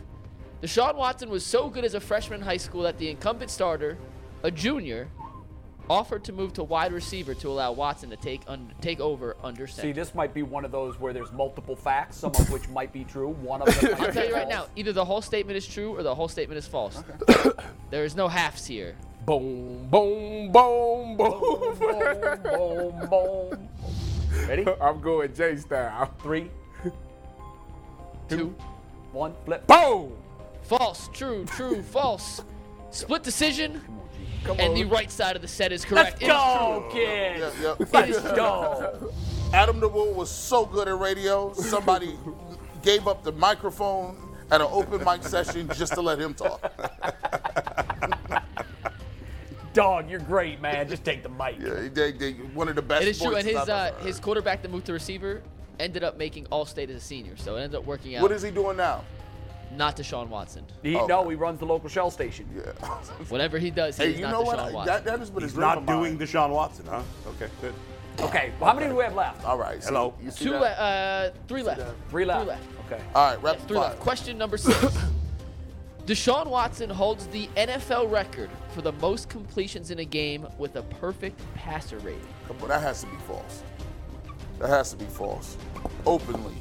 Speaker 8: Deshaun Watson was so good as a freshman in high school that the incumbent starter, a junior, offered to move to wide receiver to allow Watson to take un- take over under
Speaker 1: See,
Speaker 8: center.
Speaker 1: this might be one of those where there's multiple facts, some of which might be true, one of them.
Speaker 8: I'll tell you right now, either the whole statement is true or the whole statement is false. there is no halves here.
Speaker 5: Boom, boom, boom, boom.
Speaker 1: Boom, boom, boom. Ready?
Speaker 5: I'm going J style.
Speaker 1: Three,
Speaker 8: Two.
Speaker 1: one, flip.
Speaker 5: Boom.
Speaker 8: False, true, true, false. Split decision. and the right side of the set is correct. It is
Speaker 1: Go,
Speaker 2: Yep,
Speaker 1: kid.
Speaker 2: yep.
Speaker 1: Let's go.
Speaker 2: Adam DeWool was so good at radio, somebody gave up the microphone at an open mic session just to let him talk.
Speaker 1: Dog, you're great, man. Just take the mic.
Speaker 2: Yeah, he did, did one of the best
Speaker 8: It is true, and his
Speaker 2: voices I've
Speaker 8: uh,
Speaker 2: ever heard.
Speaker 8: his quarterback that moved to receiver ended up making All State as a senior, so it ended up working out.
Speaker 2: What is he doing now?
Speaker 8: not Deshaun Watson?
Speaker 1: He,
Speaker 2: Okay.
Speaker 1: No, he runs the local shell station.
Speaker 2: Yeah.
Speaker 8: Whatever he does, he
Speaker 2: Hey,
Speaker 8: is
Speaker 2: you
Speaker 8: not
Speaker 2: know
Speaker 8: Deshaun
Speaker 2: what?
Speaker 8: Watson.
Speaker 2: That, that has been a
Speaker 6: He's
Speaker 2: dream
Speaker 6: not
Speaker 2: of mine.
Speaker 6: doing Deshaun Watson, huh? Okay, good.
Speaker 1: Okay, well, how many do we have left?
Speaker 2: All right. see-
Speaker 6: Hello.
Speaker 2: you see
Speaker 8: Two
Speaker 2: that?
Speaker 8: left. Uh, three left.
Speaker 1: Three left.
Speaker 8: Three left.
Speaker 1: Okay.
Speaker 2: All right,
Speaker 8: Yes,
Speaker 2: rapid
Speaker 8: three
Speaker 2: fire.
Speaker 8: left. Question number six. Deshaun Watson holds the NFL record for the most completions in a game with a perfect passer rating.
Speaker 2: Come on, that has to be false. That has to be false. Openly.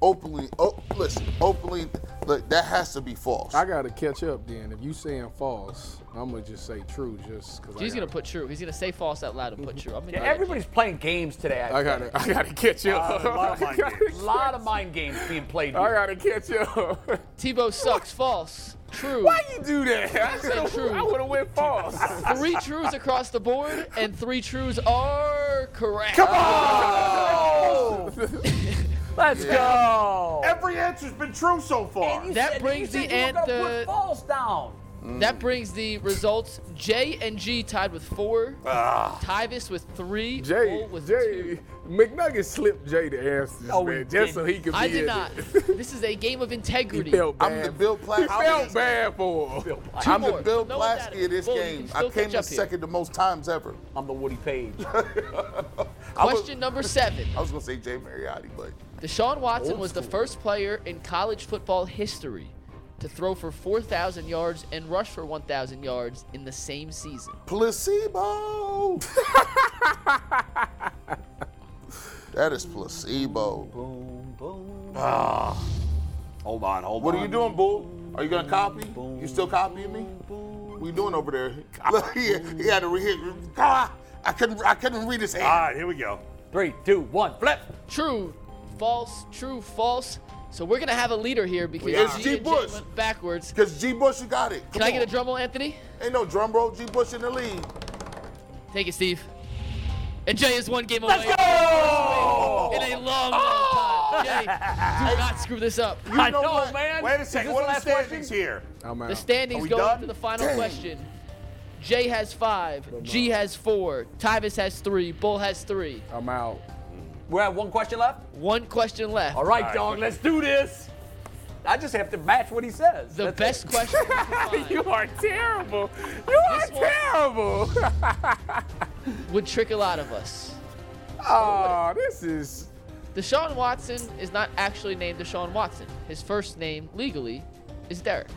Speaker 2: Openly. Oh, listen. Openly. Look, that has to be false.
Speaker 5: I gotta catch up then. If you saying false, I'm gonna just say true, just because.
Speaker 8: He's gonna put true. He's gonna say false out loud and put true. I'm gonna
Speaker 1: Yeah,
Speaker 8: do that.
Speaker 1: everybody's playing games today. I
Speaker 5: I
Speaker 1: think.
Speaker 5: gotta. I gotta catch
Speaker 2: Uh,
Speaker 5: up.
Speaker 6: a lot of mind games.
Speaker 1: A lot of mind games being played
Speaker 5: I
Speaker 1: here.
Speaker 5: gotta catch up.
Speaker 8: Tebow sucks. False. True.
Speaker 5: Why you do that? I
Speaker 8: said
Speaker 5: could've-
Speaker 8: true.
Speaker 5: I would have went false.
Speaker 8: Three trues across the board, and three trues are correct.
Speaker 1: Oh! Let's go.
Speaker 6: Every answer's been true so far.
Speaker 1: You
Speaker 8: That
Speaker 1: said-
Speaker 8: brings
Speaker 1: you said
Speaker 8: the
Speaker 1: you were gonna
Speaker 8: ant-
Speaker 1: put
Speaker 8: the-
Speaker 1: falls down.
Speaker 2: Mm.
Speaker 8: That brings the results J and G tied with four,
Speaker 2: Ah.
Speaker 8: Tyvis with three,
Speaker 5: Jay,
Speaker 8: Bull with two.
Speaker 5: Jay, McNugget slipped Jay the answers,
Speaker 1: Oh, he
Speaker 5: man, just
Speaker 1: did.
Speaker 5: so he could
Speaker 8: I
Speaker 5: be
Speaker 8: did
Speaker 5: in
Speaker 8: not.
Speaker 5: it.
Speaker 8: this is a game of integrity.
Speaker 5: He felt bad.
Speaker 2: I'm the Bill
Speaker 5: he
Speaker 2: Platt.
Speaker 5: felt bad for him.
Speaker 8: Two
Speaker 2: I'm the
Speaker 8: more.
Speaker 2: Bill
Speaker 8: No one got
Speaker 2: Plaskey
Speaker 8: it.
Speaker 2: of this
Speaker 8: Bull, you can
Speaker 2: game. I
Speaker 8: still
Speaker 2: came
Speaker 8: catch
Speaker 2: in
Speaker 8: up here.
Speaker 2: second the most times ever.
Speaker 1: I'm the Woody Page.
Speaker 8: Question number seven.
Speaker 2: I was gonna say Jay Mariotti, but
Speaker 8: Deshaun Watson
Speaker 2: Old
Speaker 8: was the
Speaker 2: school.
Speaker 8: first player in college football history to throw for 4,000 yards and rush for 1,000 yards in the same season.
Speaker 2: placebo. that is placebo. Ah.
Speaker 6: Hold on, hold
Speaker 2: What
Speaker 6: on.
Speaker 2: are you doing, Bull? Are you gonna copy? You still copying me? What you doing over there? Look, he, he had to read. Ah, I couldn't. I couldn't read his
Speaker 6: All
Speaker 2: hand.
Speaker 6: right, here we go.
Speaker 1: Three, two, one, flip.
Speaker 8: True, false, true, false. So we're going to have a leader here because
Speaker 2: It's
Speaker 8: G
Speaker 2: G.
Speaker 8: and J
Speaker 2: Bush.
Speaker 8: went backwards.
Speaker 2: Cause G. Bush, you got it.
Speaker 8: Can
Speaker 2: Come
Speaker 8: I get a
Speaker 2: on.
Speaker 8: drum roll, Anthony?
Speaker 2: Ain't no drum roll. G. Bush in the lead.
Speaker 8: Take it, Steve. And Jay is one game away in a long, long time. Jay, do not screw this up.
Speaker 1: I
Speaker 2: know
Speaker 1: know,
Speaker 2: what?
Speaker 1: man.
Speaker 6: Wait a
Speaker 1: Is
Speaker 6: second.
Speaker 1: this the
Speaker 6: Ah! What are the
Speaker 1: last
Speaker 6: standings
Speaker 1: question?
Speaker 6: here?
Speaker 5: I'm out.
Speaker 8: The standings
Speaker 6: we
Speaker 8: go
Speaker 6: done?
Speaker 8: into the final question. Jay has five, G has four, Tyvis has three, Bull has three.
Speaker 5: I'm out.
Speaker 1: We have one question left.
Speaker 8: One question left.
Speaker 1: All right, dog. Let's do this. I just have to match what he says.
Speaker 8: The
Speaker 1: That's
Speaker 8: best
Speaker 1: it.
Speaker 8: question. we could find
Speaker 5: You are terrible. You are
Speaker 8: This one-
Speaker 5: terrible.
Speaker 8: would trick a lot of us.
Speaker 5: oh, this is.
Speaker 8: Deshaun Watson is not actually named Deshaun Watson. His first name, legally, is Derek.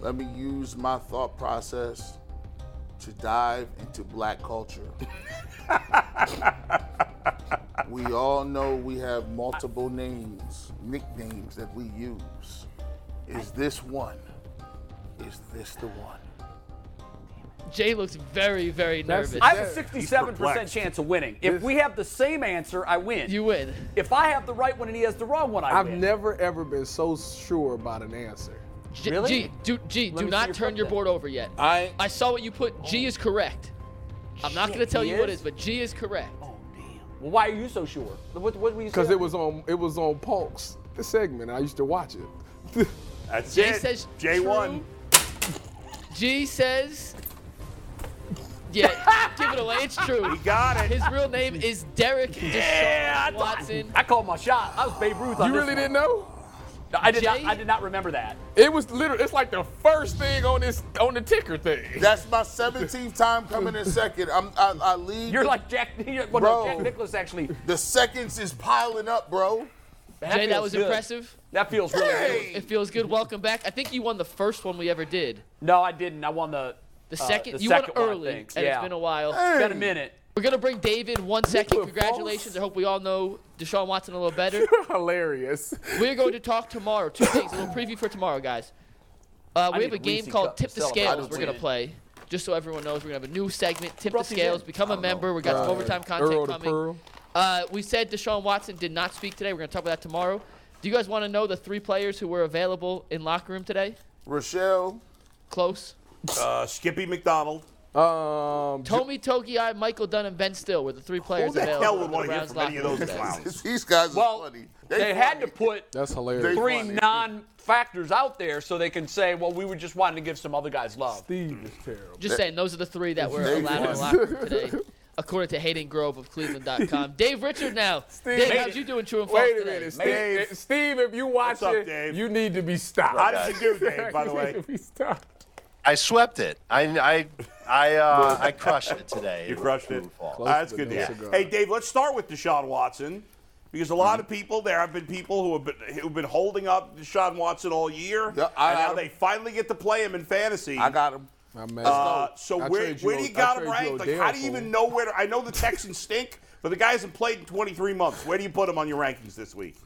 Speaker 2: Let me use my thought process to dive into black culture. we all know we have multiple names, nicknames that we use. Is this one? Is this the one?
Speaker 8: Jay looks very, very
Speaker 5: That's-
Speaker 8: nervous.
Speaker 1: I have a
Speaker 6: perplexed.
Speaker 1: 67% chance of winning. If we have the same answer, I win.
Speaker 8: you win.
Speaker 1: If I have the right one and he has the wrong one, I
Speaker 5: I've
Speaker 1: win.
Speaker 5: never ever been so sure about an answer.
Speaker 8: J-
Speaker 1: Really?
Speaker 8: G, do, G,
Speaker 1: Let
Speaker 8: do
Speaker 1: me see
Speaker 8: not
Speaker 1: your
Speaker 8: turn your
Speaker 1: footprint.
Speaker 8: board over yet.
Speaker 2: I
Speaker 8: I saw what you put. G is correct. I'm not going to tell
Speaker 1: he
Speaker 8: you what it
Speaker 1: is? Oh,
Speaker 8: is, but G is correct.
Speaker 1: Well, why are you so sure? What, what were you
Speaker 5: Cause
Speaker 1: saying?
Speaker 5: it was on it was on Polk's segment. I used to watch it.
Speaker 6: That's
Speaker 8: Jay
Speaker 6: it.
Speaker 8: says
Speaker 6: J one.
Speaker 8: G says. Yeah, give it away. It's true.
Speaker 6: He got it.
Speaker 8: His real name is Derek
Speaker 1: Yeah,
Speaker 8: Deshaun Watson.
Speaker 1: I called my shot. I was Babe Ruth on
Speaker 5: you
Speaker 1: this
Speaker 5: really
Speaker 1: one.
Speaker 5: didn't know?
Speaker 1: I did, not,
Speaker 8: Jay?
Speaker 1: I did not remember that.
Speaker 5: It was literally. It's like the first thing on this on the ticker thing.
Speaker 2: that's my 17th time coming in second. I'm, I, I lead.
Speaker 1: You're like Jack. You're, well,
Speaker 2: Bro.
Speaker 1: no, Jack Nicholas actually.
Speaker 2: the seconds is piling up, bro.
Speaker 1: That
Speaker 8: Jay, that
Speaker 1: feels
Speaker 8: was
Speaker 1: good.
Speaker 8: impressive.
Speaker 1: That feels really good.
Speaker 8: It feels good. Welcome back. I think you won the first one we ever did.
Speaker 1: No, I didn't. I won the.
Speaker 8: The
Speaker 1: uh,
Speaker 8: second
Speaker 1: the
Speaker 8: you
Speaker 1: second
Speaker 8: won
Speaker 1: one, I
Speaker 8: early,
Speaker 1: think.
Speaker 8: and
Speaker 1: yeah.
Speaker 8: it's been a while.
Speaker 1: It's been a minute.
Speaker 8: We're gonna bring David one second.
Speaker 5: were
Speaker 8: Congratulations.
Speaker 5: false.
Speaker 8: I hope we all know Deshaun Watson a little better.
Speaker 5: Hilarious.
Speaker 8: We're going to talk tomorrow. Two things. A little preview for tomorrow, guys. Uh, we
Speaker 1: need
Speaker 8: have a
Speaker 1: a
Speaker 8: game
Speaker 1: Reese's
Speaker 8: called
Speaker 1: cup to
Speaker 8: Tip the
Speaker 1: celebrate.
Speaker 8: Scales.
Speaker 1: I
Speaker 8: We're gonna
Speaker 1: win.
Speaker 8: play. Just so everyone knows, we're gonna have a new segment. Tip the
Speaker 1: Brought these in?
Speaker 8: scales. Become a member. We got some overtime content
Speaker 5: Earl to
Speaker 8: coming.
Speaker 5: Pearl.
Speaker 8: Uh, we said Deshaun Watson did not speak today. We're going to talk about that tomorrow. Do you guys want to know the three players who were available in locker room today?
Speaker 2: Rochelle,
Speaker 8: Close.
Speaker 6: Uh, Skippy McDonald.
Speaker 2: Uh,
Speaker 5: Um,
Speaker 8: Tommy Togiai, Michael Dunn, and Ben Still were the three players
Speaker 6: Who the
Speaker 8: available.
Speaker 6: hell would
Speaker 8: in
Speaker 6: want to hear
Speaker 8: Browns
Speaker 6: from any of
Speaker 8: locker room
Speaker 6: those
Speaker 8: today.
Speaker 6: clowns?
Speaker 2: these guys
Speaker 1: Well,
Speaker 2: are funny.
Speaker 1: they had to
Speaker 2: funny.
Speaker 1: put
Speaker 5: that's hilarious.
Speaker 2: They-
Speaker 1: three
Speaker 2: funny.
Speaker 1: non-factors out there so they can say, well, we were just wanting to give some other guys love.
Speaker 5: Steve is terrible.
Speaker 8: Just saying, those are the three that were
Speaker 2: They
Speaker 8: allowed in the
Speaker 2: won.
Speaker 8: locker room today. according to Hayden Grove of Cleveland.com. Dave Richard now.
Speaker 5: Steve-
Speaker 8: Dave, how'd you do in True and False
Speaker 5: Wait a
Speaker 8: today?
Speaker 5: minute, Steve.
Speaker 6: Dave.
Speaker 5: Steve, if you
Speaker 6: What's up,
Speaker 5: watching,
Speaker 6: Dave?
Speaker 5: you need to be stopped.
Speaker 6: How did you do, Dave? By the way,
Speaker 5: be stopped.
Speaker 9: I swept it. I I I, uh, I crushed it today.
Speaker 6: you crushed it.
Speaker 9: Close
Speaker 6: That's
Speaker 5: to
Speaker 6: good to hear.
Speaker 5: the cigar.
Speaker 6: Hey, Dave, let's start with Deshaun Watson because a lot of people there have been people who have been who've been holding up Deshaun Watson all year,
Speaker 2: Yeah, I
Speaker 6: and
Speaker 2: had
Speaker 6: now
Speaker 2: him.
Speaker 6: they finally get to play him in fantasy.
Speaker 2: I got him.
Speaker 5: I'm mad.
Speaker 6: Uh, so
Speaker 5: I
Speaker 6: where,
Speaker 5: trade
Speaker 6: where
Speaker 5: you
Speaker 6: do you
Speaker 5: O- I
Speaker 6: got him
Speaker 5: trade you
Speaker 6: ranked? Like, how do you
Speaker 5: Odell for
Speaker 6: even
Speaker 5: him.
Speaker 6: know where? To, I know the Texans stink, but the guy hasn't played in 23 months. Where do you put him on your rankings this week?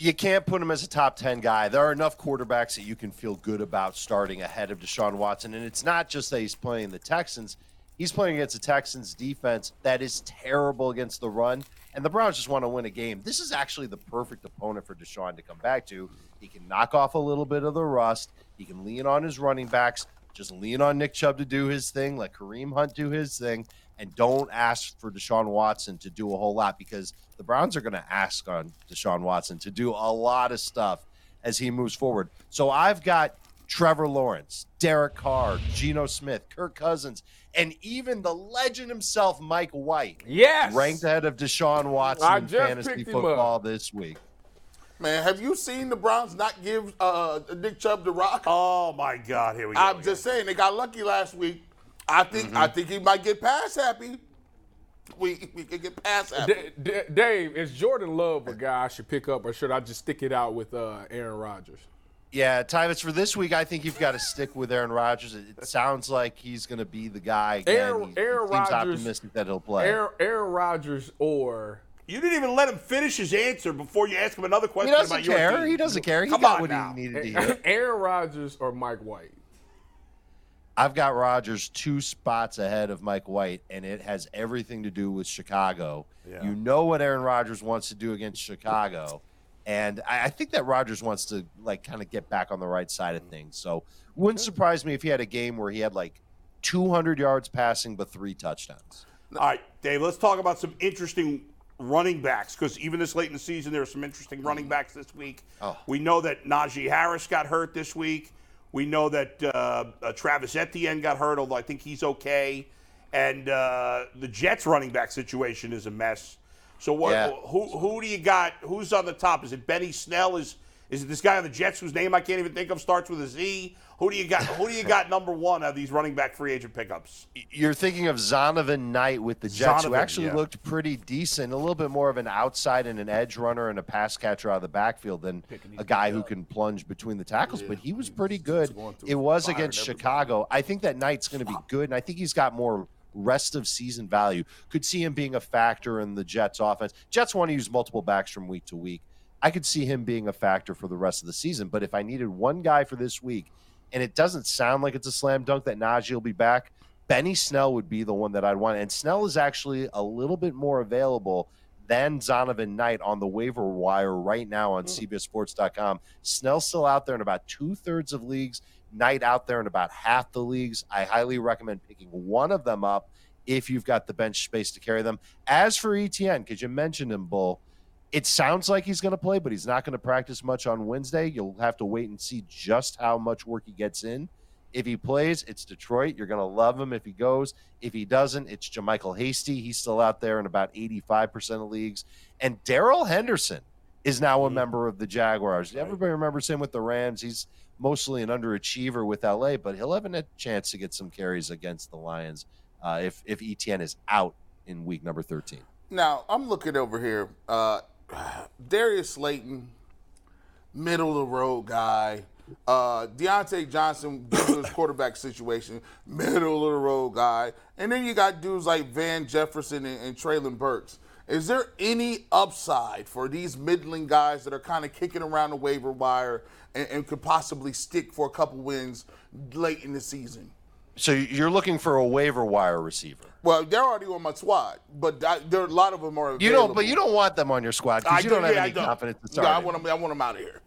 Speaker 9: you can't put him as a top 10 guy. There are enough quarterbacks that you can feel good about starting ahead of Deshaun Watson. And it's not just that he's playing the Texans, he's playing against the Texans defense that is terrible against the run. And the Browns just want to win a game. This is actually the perfect opponent for Deshaun to come back to. He can knock off a little bit of the rust, he can lean on his running backs, just lean on Nick Chubb to do his thing, let Kareem Hunt do his thing, and don't ask for Deshaun Watson to do a whole lot because the Browns are going to ask on Deshaun Watson to do a lot of stuff as he moves forward. So I've got Trevor Lawrence, Derek Carr, Geno Smith, Kirk Cousins, and even the legend himself, Mike White,
Speaker 5: Yes.
Speaker 9: ranked ahead of Deshaun Watson
Speaker 5: I
Speaker 9: in
Speaker 5: just
Speaker 9: fantasy
Speaker 5: picked him up.
Speaker 9: football this week.
Speaker 2: Man, have you seen the Browns not give uh, Nick Chubb the rock?
Speaker 6: Oh my God, here we go.
Speaker 2: I'm
Speaker 6: again. Mm-hmm.
Speaker 2: just saying they got lucky last week. I think I think he might get past happy. We we could get past happy.
Speaker 5: D- D- Dave, is Jordan Love a guy I should pick up, or should I just stick it out with uh, Aaron Rodgers?
Speaker 9: Yeah, Tyvus, for this week, I think you've got to stick with Aaron Rodgers. It it sounds like he's going to be the guy again.
Speaker 5: Aaron-
Speaker 9: He- he
Speaker 5: Aaron
Speaker 9: seems
Speaker 5: Rodgers-
Speaker 9: optimistic that he'll play.
Speaker 5: Aaron, Aaron Rodgers or
Speaker 6: You didn't even let him finish his answer before you asked him another
Speaker 9: he
Speaker 6: question
Speaker 9: doesn't
Speaker 6: about your
Speaker 9: care.
Speaker 6: team.
Speaker 9: He doesn't care. He
Speaker 6: Come
Speaker 9: got
Speaker 6: on
Speaker 9: what
Speaker 6: now.
Speaker 9: he needed to hear.
Speaker 5: Aaron Rodgers or Mike White?
Speaker 9: I've got Rodgers two spots ahead of Mike White, and it has everything to do with Chicago. You know what Aaron Rodgers wants to do against Chicago, and I, I think that Rodgers wants to like kind of get back on the right side of things. So wouldn't surprise me if he had a game where he had like 200 yards passing but three touchdowns.
Speaker 6: All right, Dave, let's talk about some interesting running backs because even this late in the season, there are some interesting running backs this week. We know that Najee Harris got hurt this week. We know that uh, uh, Travis Etienne got hurt, although I think he's okay. And uh, the Jets' running back situation is a mess. So what?
Speaker 9: Yeah.
Speaker 6: Who who do you got? Who's on the top? Is it Benny Snell? Is is it this guy on the Jets whose name I can't even think of starts with a Z? Who do you got? Who do you got number one of these running back free agent pickups?
Speaker 9: You're thinking of Zonovan Knight with the Jets, who
Speaker 6: Zonovan,
Speaker 9: actually
Speaker 6: yeah.
Speaker 9: looked pretty decent, a little bit more of an outside and an edge runner and a pass catcher out of the backfield than a guy who can plunge between the tackles. But he was pretty good. It was against Chicago. I think that Knight's going to be good, and I think he's got more rest of season value. Could see him being a factor in the Jets' offense. Jets want to use multiple backs from week to week. I could see him being a factor for the rest of the season. But if I needed one guy for this week, and it doesn't sound like it's a slam dunk that Najee will be back. Benny Snell would be the one that I'd want. And Snell is actually a little bit more available than Zonovan Knight on the waiver wire right now on CBSSports.com. Snell's still out there in about two thirds of leagues, Knight out there in about half the leagues. I highly recommend picking one of them up if you've got the bench space to carry them. As for E ETN, because you mentioned him, Bull, it sounds like he's going to play, but he's not going to practice much on Wednesday. You'll have to wait and see just how much work he gets in. If he plays, it's Detroit. You're going to love him if he goes. If he doesn't, it's Jamichael Hasty. He's still out there in about 85% of leagues. And Daryl Henderson is now
Speaker 2: Mm-hmm.
Speaker 9: a member of the Jaguars. Everybody remembers him with the Rams. He's mostly an underachiever with LA, but he'll have a chance to get some carries against the Lions uh, if, if ETN is out in week number 13.
Speaker 2: Now I'm looking over here. Uh, Darius Slayton, middle of the road guy. Uh, Deontay Johnson, due to his quarterback situation, middle of the road guy. And then you got dudes like Van Jefferson and, and Traylon Burks. Is there any upside for these middling guys that are kind of kicking around the waiver wire and, and could possibly stick for a couple wins late in the season?
Speaker 9: So you're looking for a waiver wire receiver.
Speaker 2: Well, they're already on my squad, but I, there are a lot of them are. Available.
Speaker 9: You don't, but you don't want them on your squad
Speaker 2: I
Speaker 9: because you
Speaker 2: do-
Speaker 9: don't have
Speaker 2: yeah, I
Speaker 9: any
Speaker 2: don't.
Speaker 9: confidence in
Speaker 2: No,
Speaker 9: starting.
Speaker 2: I want them. I want them out of here.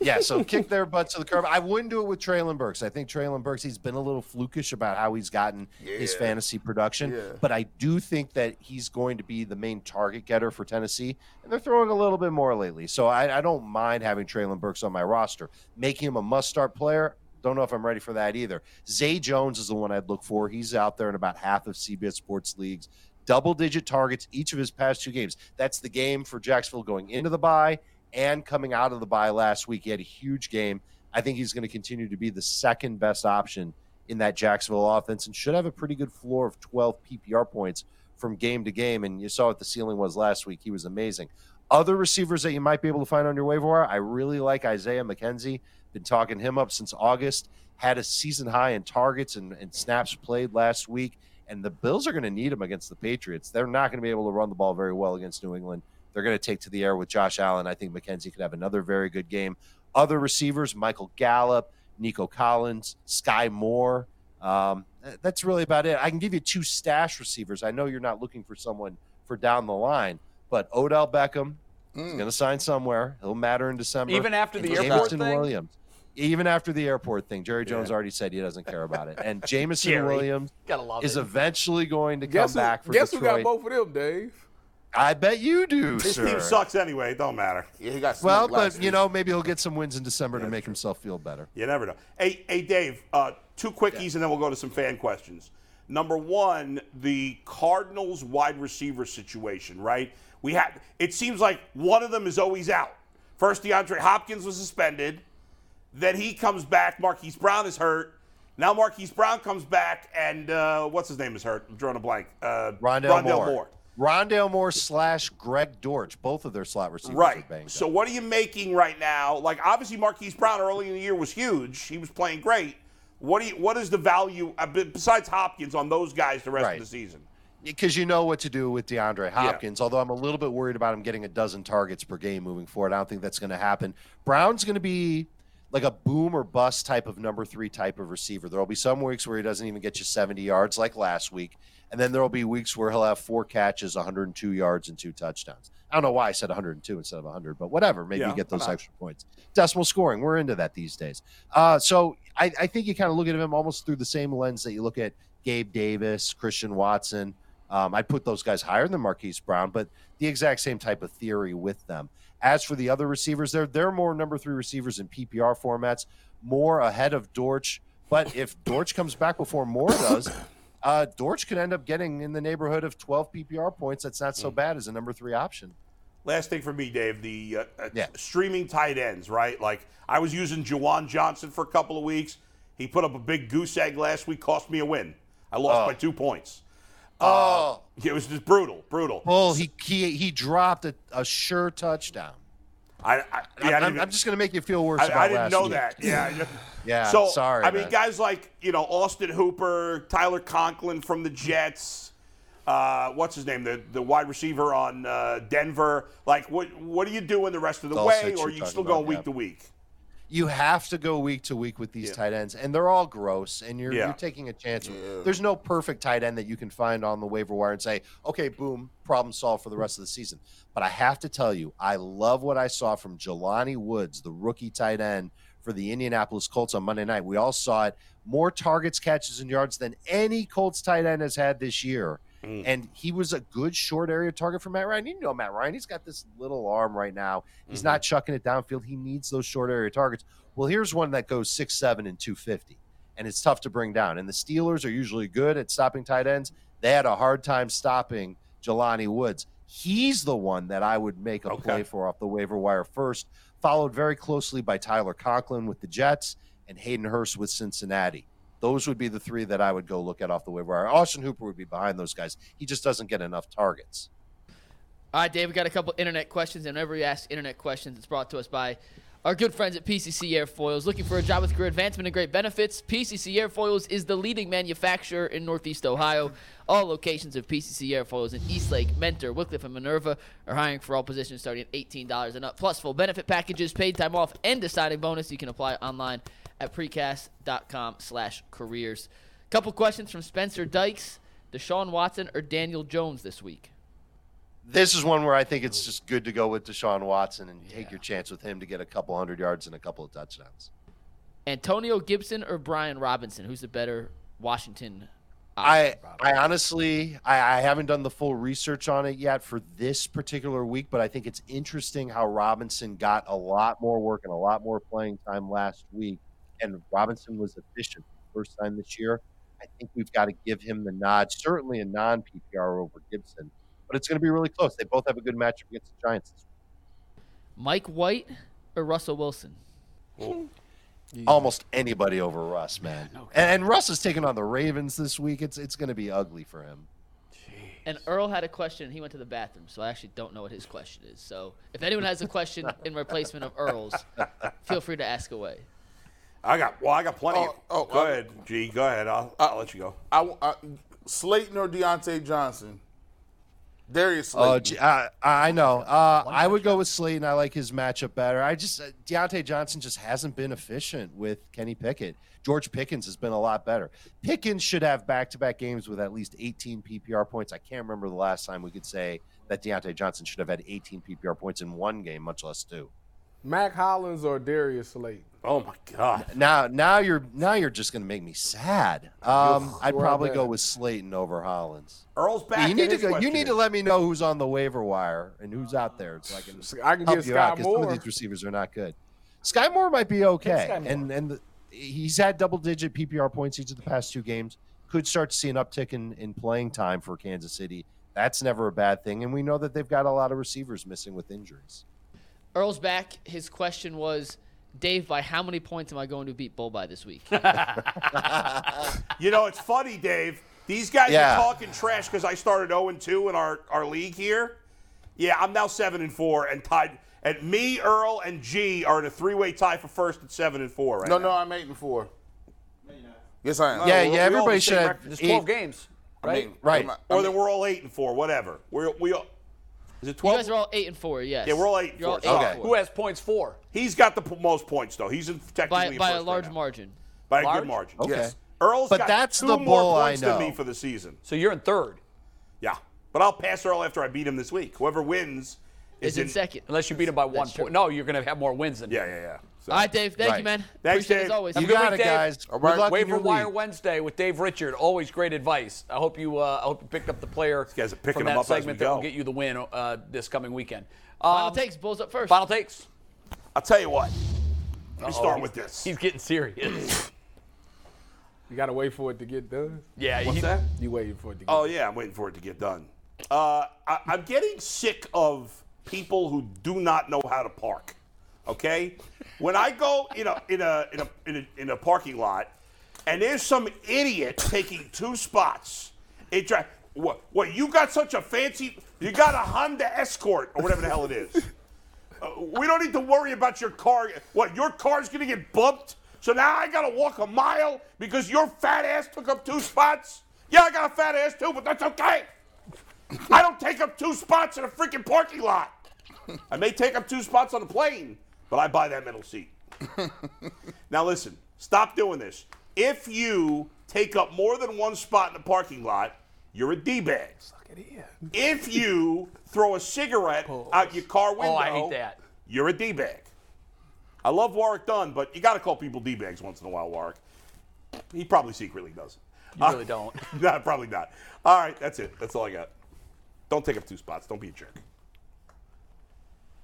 Speaker 9: yeah, so kick their butts to the curb. I wouldn't do it with Traylon Burks. I think Traylon Burks, he's been a little flukish about how he's gotten his
Speaker 2: Yeah.
Speaker 9: fantasy production,
Speaker 2: Yeah.
Speaker 9: but I do think that he's going to be the main target getter for Tennessee, and they're throwing a little bit more lately. So I, I don't mind having Traylon Burks on my roster. Making him a must start player, don't know if I'm ready for that either. Zay Jones is the one I'd look for. He's out there in about half of CBS sports leagues. double digit targets each of his past two games. That's the game for Jacksonville going into the bye and coming out of the bye last week. He had a huge game. I think he's going to continue to be the second best option in that Jacksonville offense and should have a pretty good floor of 12 PPR points from game to game. And you saw what the ceiling was last week. He was amazing. Other receivers that you might be able to find on your waiver wire, I really like Isaiah McKenzie. Been talking him up since August. Had a season high in targets and, and snaps played last week. And the Bills are going to need him against the Patriots. They're not going to be able to run the ball very well against New England. They're going to take to the air with Josh Allen. I think McKenzie could have another very good game. Other receivers, Michael Gallup, Nico Collins, Sky Moore. Um, that's really about it. I can give you two stash receivers. I know you're not looking for someone for down the line, but Odell Beckham is going to sign somewhere. He'll matter in December.
Speaker 1: Even after the
Speaker 9: And
Speaker 1: airport
Speaker 9: Jameson
Speaker 1: thing?
Speaker 9: Williams. Even after the airport thing, Jerry Jones already said he doesn't care about it. And Jamison
Speaker 8: Jerry.
Speaker 9: Williams
Speaker 8: Gotta love
Speaker 9: is
Speaker 8: it.
Speaker 9: eventually going to
Speaker 5: Guess,
Speaker 9: come back
Speaker 5: who,
Speaker 9: for
Speaker 5: guess who
Speaker 9: Detroit.
Speaker 5: got both of them, Dave?
Speaker 9: I bet you do,
Speaker 6: His
Speaker 9: sir.
Speaker 6: team sucks anyway. It don't matter.
Speaker 2: Yeah, he got
Speaker 9: Well,
Speaker 2: smoked last
Speaker 9: but you
Speaker 2: week.
Speaker 9: know, maybe he'll get some wins in December to make himself feel better.
Speaker 6: You never know. Hey, hey, Dave. Uh, two quickies, and then we'll go to some fan questions. Number one, the Cardinals wide receiver situation. Right? We had. It seems like one of them is always out. First, DeAndre Hopkins was suspended. Then he comes back. Marquise Brown is hurt. Now Marquise Brown comes back, and uh, what's his name is hurt. I'm drawing a blank. Uh,
Speaker 9: Rondell, Moore. Rondell Moore slash Greg Dortch, both of their slot receivers are
Speaker 6: Right.
Speaker 9: banged
Speaker 6: So
Speaker 9: up.
Speaker 6: what are you making right now? Like obviously Marquise Brown early in the year was huge. He was playing great. What do you, what is the value uh, be- besides Hopkins on those guys the rest
Speaker 9: Right.
Speaker 6: of the season?
Speaker 9: because you know what to do with DeAndre Hopkins. Although I'm a little bit worried about him getting a dozen targets per game moving forward. I don't think that's going to happen. Brown's going to be like a boom or bust type of number three type of receiver. There will be some weeks where he doesn't even get you 70 yards like last week, and then there will be weeks where he'll have four catches, 102 yards, and two touchdowns. I don't know why I said 102 instead of 100, but whatever. Maybe
Speaker 6: Yeah,
Speaker 9: you get
Speaker 6: why
Speaker 9: those
Speaker 6: not?
Speaker 9: extra points. Decimal scoring, we're into that these days. Uh, so I, I think you kind of look at him almost through the same lens that you look at Gabe Davis, Christian Watson. Um, I put those guys higher than Marquise Brown, but the exact same type of theory with them. As for the other receivers, they're they're more number three receivers in PPR formats, more ahead of Dortch. But if Dortch comes back before Moore does, uh, Dortch could end up getting in the neighborhood of 12 PPR points. That's not so bad as a number three option.
Speaker 6: Last thing for me, Dave, the uh, uh,
Speaker 9: Yeah.
Speaker 6: streaming tight ends, right? Like I was using Jawan Johnson for a couple of weeks. He put up a big goose egg last week, cost me a win. I lost by two points. Uh,
Speaker 9: Oh,
Speaker 6: It was just brutal, brutal.
Speaker 9: well, he he, he dropped a, a sure touchdown.
Speaker 6: I, I, yeah, I
Speaker 9: I'm,
Speaker 6: didn't-
Speaker 9: I'm just going to make you feel worse.
Speaker 6: I,
Speaker 9: about
Speaker 6: I didn't
Speaker 9: last
Speaker 6: know
Speaker 9: week.
Speaker 6: that. Yeah. yeah.
Speaker 9: Yeah,
Speaker 6: So
Speaker 9: sorry,
Speaker 6: I mean,
Speaker 9: man.
Speaker 6: guys like you know Austin Hooper, Tyler Conklin from the Jets. Uh, what's his name? The the wide receiver on uh, Denver. Like, what what are you doing the rest of the
Speaker 9: Dulcich
Speaker 6: way,
Speaker 9: you're
Speaker 6: or are you
Speaker 9: talking
Speaker 6: still going
Speaker 9: about,
Speaker 6: week
Speaker 9: yeah.
Speaker 6: to week?
Speaker 9: you have to go week to week with these
Speaker 6: Yeah.
Speaker 9: tight ends, and they're all gross, and you're,
Speaker 6: Yeah.
Speaker 9: you're taking a chance. There's no perfect tight end that you can find on the waiver wire and say, okay, boom, problem solved for the rest of the season. But I have to tell you, I love what I saw from Jelani Woods, the rookie tight end for the Indianapolis Colts on Monday night. We all saw it. More targets, catches, and yards than any Colts tight end has had this year. And he was a good short area target for Matt Ryan. You know Matt Ryan, he's got this little arm right now. He's not chucking it downfield. He needs those short area targets. Well, here's one that goes six, seven, and two fifty, and it's tough to bring down. And the Steelers are usually good at stopping tight ends. They had a hard time stopping Jelani Woods. He's the one that I would make a
Speaker 6: Okay.
Speaker 9: play for off the waiver wire first, followed very closely by Tyler Conklin with the Jets and Hayden Hurst with Cincinnati. Those would be the three that I would go look at off the waiver wire. Austin Hooper would be behind those guys. He just doesn't get enough targets.
Speaker 8: All right, Dave, we got a couple internet questions, and whenever you ask internet questions, it's brought to us by our good friends at PCC Airfoils. Looking for a job with career advancement and great benefits? PCC Airfoils is the leading manufacturer in Northeast Ohio. All locations of PCC Airfoils in Eastlake, Mentor, Wickliffe, and Minerva are hiring for all positions starting at $18 and up, plus full benefit packages, paid time off, and a signing bonus. You can apply online at precast.com slash careers. Couple questions from Spencer Dykes, Deshaun Watson, or Daniel Jones this week?
Speaker 9: This is one where I think it's just good to go with Deshaun Watson and take your chance with him to get a couple hundred yards and a couple of touchdowns.
Speaker 8: Antonio Gibson or Brian Robinson? Who's the better Washington?
Speaker 9: I I honestly I, I haven't done the full research on it yet for this particular week, but I think it's interesting how Robinson got a lot more work and a lot more playing time last week, and Robinson was efficient for the first time this year. I I think we've got to give him the nod, certainly a non PPR over Gibson, but it's going to be really close. They both have a good matchup against the Giants. this week.
Speaker 8: Mike White or Russell Wilson?
Speaker 9: Almost anybody over Russ, man. and, and Russ is taking on the Ravens this week. It's it's going to be ugly for him.
Speaker 8: And Earl had a question. and He went to the bathroom, so I actually don't know what his question is. So if anyone has a question in replacement of Earl's, feel free to ask away.
Speaker 6: I got well, I got plenty.
Speaker 2: Oh, oh,
Speaker 6: go
Speaker 2: I-
Speaker 6: ahead, G. Go ahead. I'll, I'll let you go.
Speaker 2: I, I, Slayton or Deontay Johnson? Darius Slayton.
Speaker 9: Oh, gee, I, I know. Uh, I would go with Slayton. I like his matchup better. I just uh, Deontay Johnson just hasn't been efficient with Kenny Pickett. George Pickens has been a lot better. Pickens should have back-to-back games with at least 18 PPR points. I can't remember the last time we could say that Deontay Johnson should have had 18 PPR points in one game, much less two.
Speaker 5: Mac Hollins or Darius Slate?
Speaker 6: Oh my God.
Speaker 9: Now, now you're now you're just going to make me sad. Um, I'd
Speaker 5: Well,
Speaker 9: probably go
Speaker 5: then.
Speaker 9: with Slayton over Hollins.
Speaker 6: Earl's back.
Speaker 9: you
Speaker 6: and
Speaker 9: need to
Speaker 6: his
Speaker 9: go, you
Speaker 6: question
Speaker 9: need to
Speaker 6: is-
Speaker 9: let me know who's on the waiver wire and who's out there, so I can
Speaker 5: I can
Speaker 9: help
Speaker 5: get
Speaker 9: you out
Speaker 5: Scott
Speaker 9: because some of
Speaker 5: Moore.
Speaker 9: these receivers are not good. Sky Moore might be okay,
Speaker 1: Sky Moore.
Speaker 9: and and the, he's had double digit PPR points each of the past two games. Could start to see an uptick in, in playing time for Kansas City. That's never a bad thing, and we know that they've got a lot of receivers missing with injuries.
Speaker 8: Earl's back. His question was, Dave, by how many points am I going to beat Bull by this week?
Speaker 6: You know, it's funny, Dave. These guys
Speaker 9: Yeah.
Speaker 6: are talking trash because I started 0 and 2 in our, our league here. Yeah, I'm now 7 and 4 and tied. And me, Earl, and G are in a three way tie for first at 7 and 4 right
Speaker 2: no,
Speaker 6: now.
Speaker 2: no, I'm eight and four. Yes, I am.
Speaker 9: yeah,
Speaker 6: we- we
Speaker 9: yeah,
Speaker 6: all
Speaker 9: everybody
Speaker 6: the same
Speaker 9: should have
Speaker 6: record. There's
Speaker 9: eight-
Speaker 1: Twelve games, right?
Speaker 2: I'm eight-
Speaker 9: Right.
Speaker 2: I'm- I'm
Speaker 6: Or then we're all 8 and 4, whatever. We're, we all, is
Speaker 8: you
Speaker 6: it 12?
Speaker 8: guys are all eight and four. Yes.
Speaker 6: Yeah, we're all eight and
Speaker 8: You're all
Speaker 6: four,
Speaker 8: eight and
Speaker 6: sorry.
Speaker 8: four.
Speaker 1: Who has points four?
Speaker 6: He's got the p- most points, though. He's in technically
Speaker 8: by
Speaker 6: in
Speaker 8: by a
Speaker 6: first right
Speaker 8: large
Speaker 6: now.
Speaker 8: margin.
Speaker 6: By a
Speaker 1: Large?
Speaker 6: good margin.
Speaker 9: Okay.
Speaker 6: Yes. Earl's
Speaker 9: But
Speaker 6: got
Speaker 9: that's
Speaker 6: two
Speaker 9: the bull
Speaker 6: more
Speaker 9: I
Speaker 6: points
Speaker 9: know.
Speaker 6: than me for the season.
Speaker 1: So you're in third,
Speaker 6: Yeah. But I'll pass Earl after I beat him this week. Whoever wins
Speaker 8: Is
Speaker 6: is,
Speaker 8: in second. All
Speaker 1: unless you beat him by one
Speaker 8: true.
Speaker 1: point. No, you're going to have more wins than.
Speaker 6: Yeah, yeah, yeah. So-
Speaker 8: right, Dave. Thank
Speaker 9: Right.
Speaker 8: you, man.
Speaker 6: Thanks,
Speaker 8: Appreciate it as
Speaker 6: Dave.
Speaker 8: always.
Speaker 9: You
Speaker 1: good
Speaker 9: got
Speaker 1: week,
Speaker 9: it,
Speaker 1: Dave.
Speaker 9: guys.
Speaker 2: All
Speaker 9: Good
Speaker 2: right,
Speaker 9: luck in
Speaker 1: Waiver
Speaker 9: your
Speaker 1: Wire
Speaker 9: league.
Speaker 1: Wednesday with Dave Richard. Always great advice. I hope you. Uh, I hope you picked up the player
Speaker 6: guys are picking
Speaker 1: from
Speaker 6: them
Speaker 1: that
Speaker 6: up as we
Speaker 1: segment that will
Speaker 6: go.
Speaker 1: get you the win uh, this coming weekend.
Speaker 8: Final
Speaker 1: Um,
Speaker 8: takes. Bulls up first.
Speaker 1: Final takes.
Speaker 6: I'll tell you what. Let me start with this.
Speaker 1: He's getting serious.
Speaker 5: You gotta wait for it to get done.
Speaker 1: yeah.
Speaker 6: What's
Speaker 1: he-
Speaker 6: that?
Speaker 5: You waiting for it to get
Speaker 6: Oh yeah, I'm waiting for it to get done. Uh, I, I'm getting sick of people who do not know how to park. Okay, when I go in a in a in a in a, in a parking lot, and there's some idiot taking two spots, it drives. What? What? You got such a fancy? You got a Honda Escort or whatever the hell it is. Uh, we don't need to worry about your car. What, your car's going to get bumped? So now I got to walk a mile because your fat ass took up two spots? Yeah, I got a fat ass too, but that's okay. I don't take up two spots in a freaking parking lot. I may take up two spots on a plane, but I buy that middle seat. now listen, stop doing this. If you take up more than one spot in the parking lot, you're a D-bag. If you throw a cigarette out your car window,
Speaker 1: Oh, I hate that.
Speaker 6: you're a D bag. I love Warwick Dunn, but you got to call people D bags once in a while, Warwick. He probably secretly doesn't.
Speaker 1: You really don't.
Speaker 6: no, probably not. All right, that's it. That's all I got. Don't take up two spots. Don't be a jerk.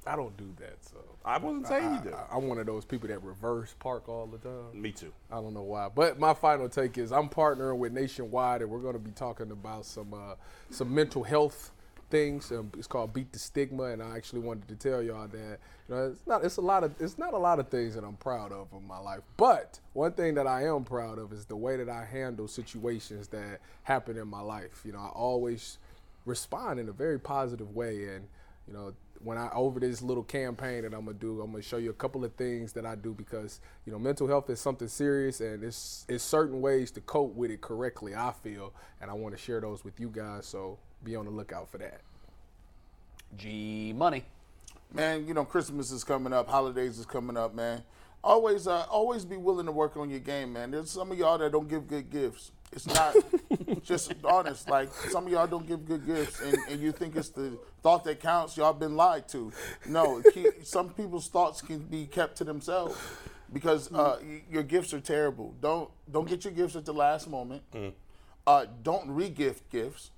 Speaker 5: I don't do that, so
Speaker 6: I wasn't saying you did.
Speaker 5: I, I'm one of those people that reverse park all the time.
Speaker 6: Me too.
Speaker 5: I don't know why, but my final take is I'm partnering with Nationwide, and we're going to be talking about some uh, some mental health things. Um, it's called Beat the Stigma, and I actually wanted to tell y'all that you know it's not it's a lot of it's not a lot of things that I'm proud of in my life, but one thing that I am proud of is the way that I handle situations that happen in my life. You know, I always respond in a very positive way, and you know when I over this little campaign that I'm gonna do, I'm gonna show you a couple of things that I do because you know mental health is something serious and it's it's certain ways to cope with it correctly. I feel, and I want to share those with you guys. So be on the lookout for that.
Speaker 1: G money.
Speaker 2: man, you know, Christmas is coming up, holidays is coming up, man. Always, uh, always be willing to work on your game, man. There's some of y'all that don't give good gifts. It's not just honest. Like some of y'all don't give good gifts, and, and you think it's the thought that counts. Y'all been lied to. No, keep, some people's thoughts can be kept to themselves because uh, y- your gifts are terrible. Don't don't get your gifts at the last moment. Uh, don't re-gift gifts.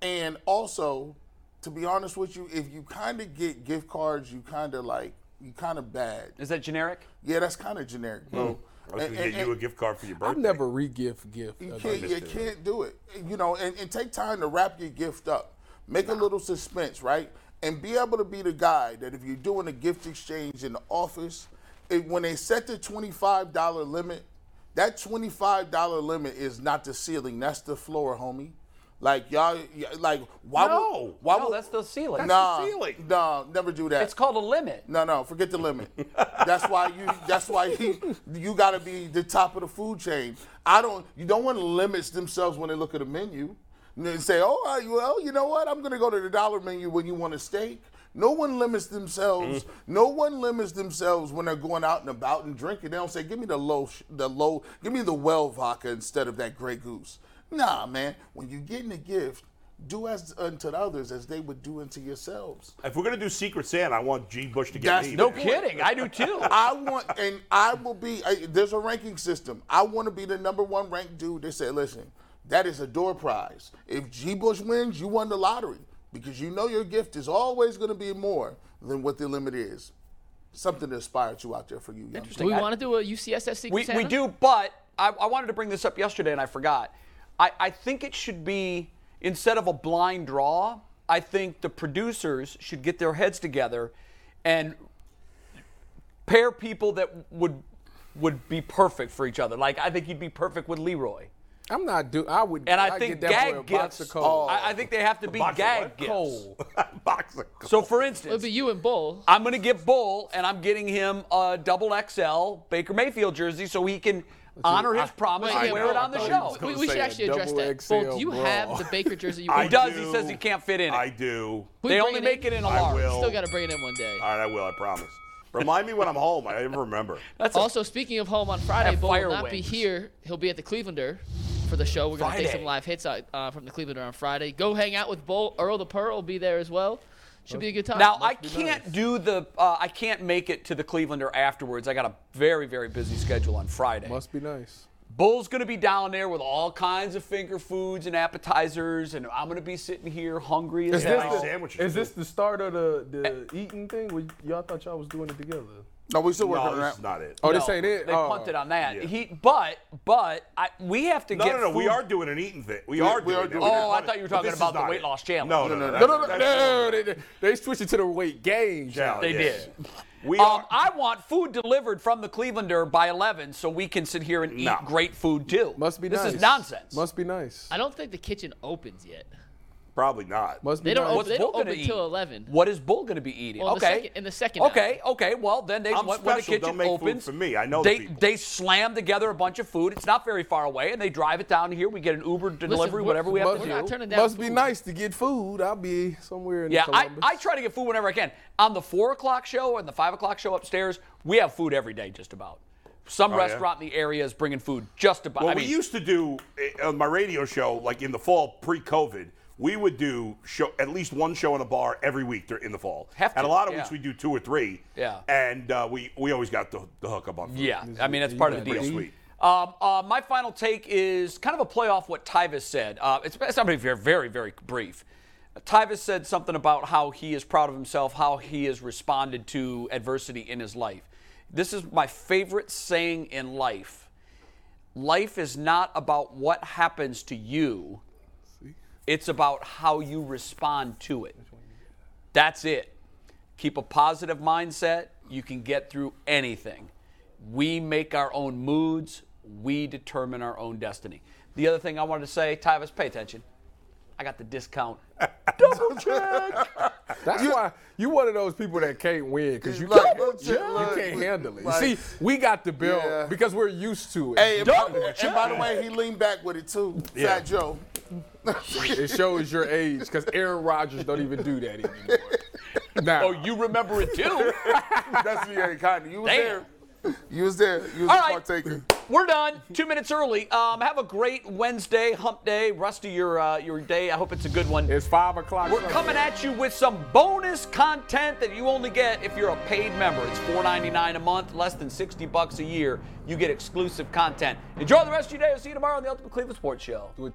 Speaker 2: And also, to be honest with you, if you kind of get gift cards, you kind of like you kind of bad.
Speaker 1: Is that generic?
Speaker 2: Yeah, that's kind of generic, bro.
Speaker 6: I was going to
Speaker 2: And-
Speaker 6: get Hmm. Oh, you
Speaker 2: and-
Speaker 6: a gift card for your
Speaker 5: I've
Speaker 6: birthday.
Speaker 5: never re-gift gift. uh,
Speaker 2: You
Speaker 5: a
Speaker 2: can't,
Speaker 5: gift.
Speaker 2: you can't do it. You know, and, and take time to wrap your gift up. Make a little suspense, right? And be able to be the guy that if you're doing a gift exchange in the office, it, when they set the $25 limit, that $25 limit is not the ceiling, that's the floor, homie. Like y'all, y- like why would
Speaker 6: No.
Speaker 2: why
Speaker 1: No,
Speaker 2: would
Speaker 1: that's the ceiling.
Speaker 2: nah,
Speaker 6: ceiling.
Speaker 2: nah, never do that.
Speaker 1: It's called a limit.
Speaker 2: No, no, forget the limit. that's why you. That's why you. You got to be the top of the food chain. I don't. You don't want to limits themselves when they look at a menu and they say, "Oh, I- well, you know what? I'm going to go to the dollar menu when you want a steak." No one limits themselves.
Speaker 1: Mm.
Speaker 2: No one limits themselves when they're going out and about and drinking. They don't say, "Give me the low, sh- the low, give me the well vodka instead of that Grey Goose." Nah, man. When you're getting a gift, do as unto others as they would do unto yourselves.
Speaker 6: If we're going to do Secret Santa, I want G. Bush to get
Speaker 2: That's
Speaker 6: me.
Speaker 1: No kidding. I do too.
Speaker 2: I want, and I will be. I, there's a ranking system. I want to be the number one ranked dude. They said, listen, that is a door prize. If G. Bush wins, you won the lottery because you know your gift is always going to be more than what the limit is. Something to aspire to out there for you. young
Speaker 8: Do we want to do a UCSF Secret
Speaker 1: We,
Speaker 8: Santa?
Speaker 1: we do, but I, I wanted to bring this up yesterday and I forgot. I, I think it should be instead of a blind draw, I think the producers should get their heads together and pair people that would would be perfect for each other. Like I think you'd be perfect with Leroy.
Speaker 5: I'm not do. I would.
Speaker 1: And I,
Speaker 5: I'd
Speaker 1: think
Speaker 5: get that boy a
Speaker 1: gag
Speaker 5: box
Speaker 1: gifts.
Speaker 5: of coal.
Speaker 1: I, I think they have to be
Speaker 6: box of
Speaker 1: gag
Speaker 6: what?
Speaker 1: gifts.
Speaker 5: Coal.
Speaker 6: Box of
Speaker 1: So for
Speaker 8: It'll
Speaker 1: instance,
Speaker 8: be you and Bull.
Speaker 1: I'm going to get Bull, and I'm getting him a double XL Baker Mayfield jersey so he can honor his promise
Speaker 8: Wait,
Speaker 1: and
Speaker 8: yeah,
Speaker 1: wear
Speaker 8: Bull,
Speaker 1: it on the
Speaker 8: Bull,
Speaker 1: show.
Speaker 8: We, we should
Speaker 5: say a
Speaker 8: actually address
Speaker 5: double
Speaker 8: that. Bull, do you
Speaker 5: XL
Speaker 8: have
Speaker 5: bra.
Speaker 8: the Baker jersey you
Speaker 6: I
Speaker 8: want?
Speaker 1: He does.
Speaker 6: do.
Speaker 1: He says he can't fit in it.
Speaker 6: I do.
Speaker 8: We
Speaker 1: they
Speaker 8: bring
Speaker 1: only make it in a
Speaker 6: I
Speaker 1: large.
Speaker 6: will.
Speaker 8: Still got to bring it in one day.
Speaker 6: All right, I will. I promise. Remind me when I'm home. I never remember.
Speaker 1: That's a-
Speaker 8: Also, speaking of home on Friday,
Speaker 1: Have
Speaker 8: Bull will not
Speaker 1: fire
Speaker 8: be
Speaker 1: wings.
Speaker 8: here. He'll be at the Clevelander for the show. We're going to take
Speaker 1: Friday.
Speaker 8: some live hits out, uh, from the Clevelander on Friday. Go hang out with Bull. Earl the Pearl will be there as well. Should be a good time.
Speaker 1: now I can't do the. Uh, I can't make it to the Clevelander afterwards. I got a very very busy schedule on Friday.
Speaker 5: Must be nice.
Speaker 1: Bull's going to be down there with all kinds of finger foods and appetizers, and I'm going to be sitting here hungry as
Speaker 6: this
Speaker 1: hell.
Speaker 6: the- sandwiches,
Speaker 5: is
Speaker 6: too.
Speaker 5: this the start of the, the eating thing? We, y'all thought y'all was doing it together.
Speaker 2: No, we still working
Speaker 6: No,
Speaker 2: on
Speaker 6: this
Speaker 2: that.
Speaker 6: is not it.
Speaker 5: Oh,
Speaker 1: No,
Speaker 5: this ain't it.
Speaker 1: They
Speaker 5: oh.
Speaker 1: punted on that.
Speaker 6: Yeah.
Speaker 1: He, but, but I, we have to
Speaker 6: No,
Speaker 1: get.
Speaker 6: no, no. We
Speaker 1: food-
Speaker 6: are doing an eating thing. We are
Speaker 2: we
Speaker 6: doing
Speaker 2: are
Speaker 6: that.
Speaker 2: doing
Speaker 6: We
Speaker 2: it.
Speaker 6: didn't
Speaker 1: Oh,
Speaker 6: want
Speaker 1: I thought
Speaker 6: it.
Speaker 1: you were
Speaker 6: But
Speaker 1: talking
Speaker 6: this is
Speaker 1: about the
Speaker 6: not
Speaker 1: weight
Speaker 6: it.
Speaker 1: loss challenge.
Speaker 6: No, no, no.
Speaker 5: No,
Speaker 6: that's-
Speaker 5: no, no,
Speaker 6: that's-
Speaker 5: no. They, they switched it to the weight gain.
Speaker 6: Challenge,
Speaker 1: They
Speaker 6: yes.
Speaker 1: did.
Speaker 6: We
Speaker 1: Um,
Speaker 6: are.
Speaker 1: I want food delivered from the Clevelander by 11 so we can sit here and eat
Speaker 6: No.
Speaker 1: great food too.
Speaker 5: Must be
Speaker 1: this
Speaker 5: nice.
Speaker 1: is nonsense.
Speaker 5: Must be nice.
Speaker 8: I don't think the kitchen opens yet.
Speaker 6: Probably not.
Speaker 5: Must be
Speaker 8: They don't
Speaker 5: nice.
Speaker 8: open. They don't
Speaker 1: Bull gonna
Speaker 8: open till
Speaker 1: eat?
Speaker 8: eleven.
Speaker 1: what is Bull going to be eating?
Speaker 8: Well, in the
Speaker 1: okay.
Speaker 8: second- in the second
Speaker 1: Okay, okay. Well, then they
Speaker 6: I'm
Speaker 1: when, when the
Speaker 6: special.
Speaker 1: kitchen
Speaker 6: Don't make food
Speaker 1: opens
Speaker 6: for me. I know the
Speaker 1: they
Speaker 6: people.
Speaker 1: they slam together a bunch of food. It's not very far away and they drive it down here. We get an Uber delivery
Speaker 8: we're-
Speaker 1: whatever we have
Speaker 5: must
Speaker 1: to
Speaker 8: we're
Speaker 1: do.
Speaker 8: not turning down
Speaker 5: Must be
Speaker 8: food.
Speaker 5: nice to get food. I'll be somewhere in
Speaker 1: Yeah, I,
Speaker 5: Columbus.
Speaker 1: I try to get food whenever I can. On the four o'clock show and the five o'clock show upstairs, we have food every day, just about. Some
Speaker 6: Oh, yeah?
Speaker 1: restaurant in the area is bringing food, just about.
Speaker 6: Well,
Speaker 1: I mean,
Speaker 6: we used to do eh, on my radio show, like in the fall pre-COVID, we would do show at least one show in a bar every week dur- in the fall.
Speaker 1: Have
Speaker 6: and
Speaker 1: to,
Speaker 6: a lot of
Speaker 1: yeah.
Speaker 6: weeks we do two or three.
Speaker 1: Yeah.
Speaker 6: And uh, we we always got the, the hookup on food.
Speaker 1: yeah, I mean that's part of the
Speaker 6: Real
Speaker 1: deal.
Speaker 6: sweet.
Speaker 1: Um, uh, my final take is kind of a play off what Tyvis said. Uh, it's, it's somebody very, very, very brief. Tyvis said something about how he is proud of himself, how he has responded to adversity in his life. This is my favorite saying in life. Life is not about what happens to you. It's about how you respond to it. That's it. Keep a positive mindset. You can get through anything. We make our own moods. We determine our own destiny. The other thing I wanted to say, Tyvis, pay attention. I got the discount.
Speaker 5: That's why you one of those people that can't win because you,
Speaker 2: Like,
Speaker 5: can't-
Speaker 2: look,
Speaker 5: you,
Speaker 2: look,
Speaker 5: can't handle it.
Speaker 2: like-
Speaker 5: See, we got the bill
Speaker 2: Yeah.
Speaker 5: because we're used to it.
Speaker 2: Hey, and by, and by the way, he leaned back with it too.
Speaker 6: Yeah.
Speaker 2: Fat Joe.
Speaker 5: It shows your age because Aaron Rodgers don't even do that anymore. Now,
Speaker 1: Oh, you remember it too?
Speaker 2: That's me, Eric Cotton. You was
Speaker 1: Damn.
Speaker 2: there. You was there. You was
Speaker 1: All
Speaker 2: a
Speaker 1: right.
Speaker 2: partaker.
Speaker 1: We're done. Two minutes early. Um, have a great Wednesday, hump day. Rest of your, uh, your day. I hope it's a good one.
Speaker 5: it's five o'clock.
Speaker 1: We're
Speaker 5: somewhere.
Speaker 1: coming at you with some bonus content that you only get if you're a paid member. It's $4.99 a month, less than 60 bucks a year. You get exclusive content. Enjoy the rest of your day. I'll see you tomorrow on the Ultimate Cleveland Sports Show.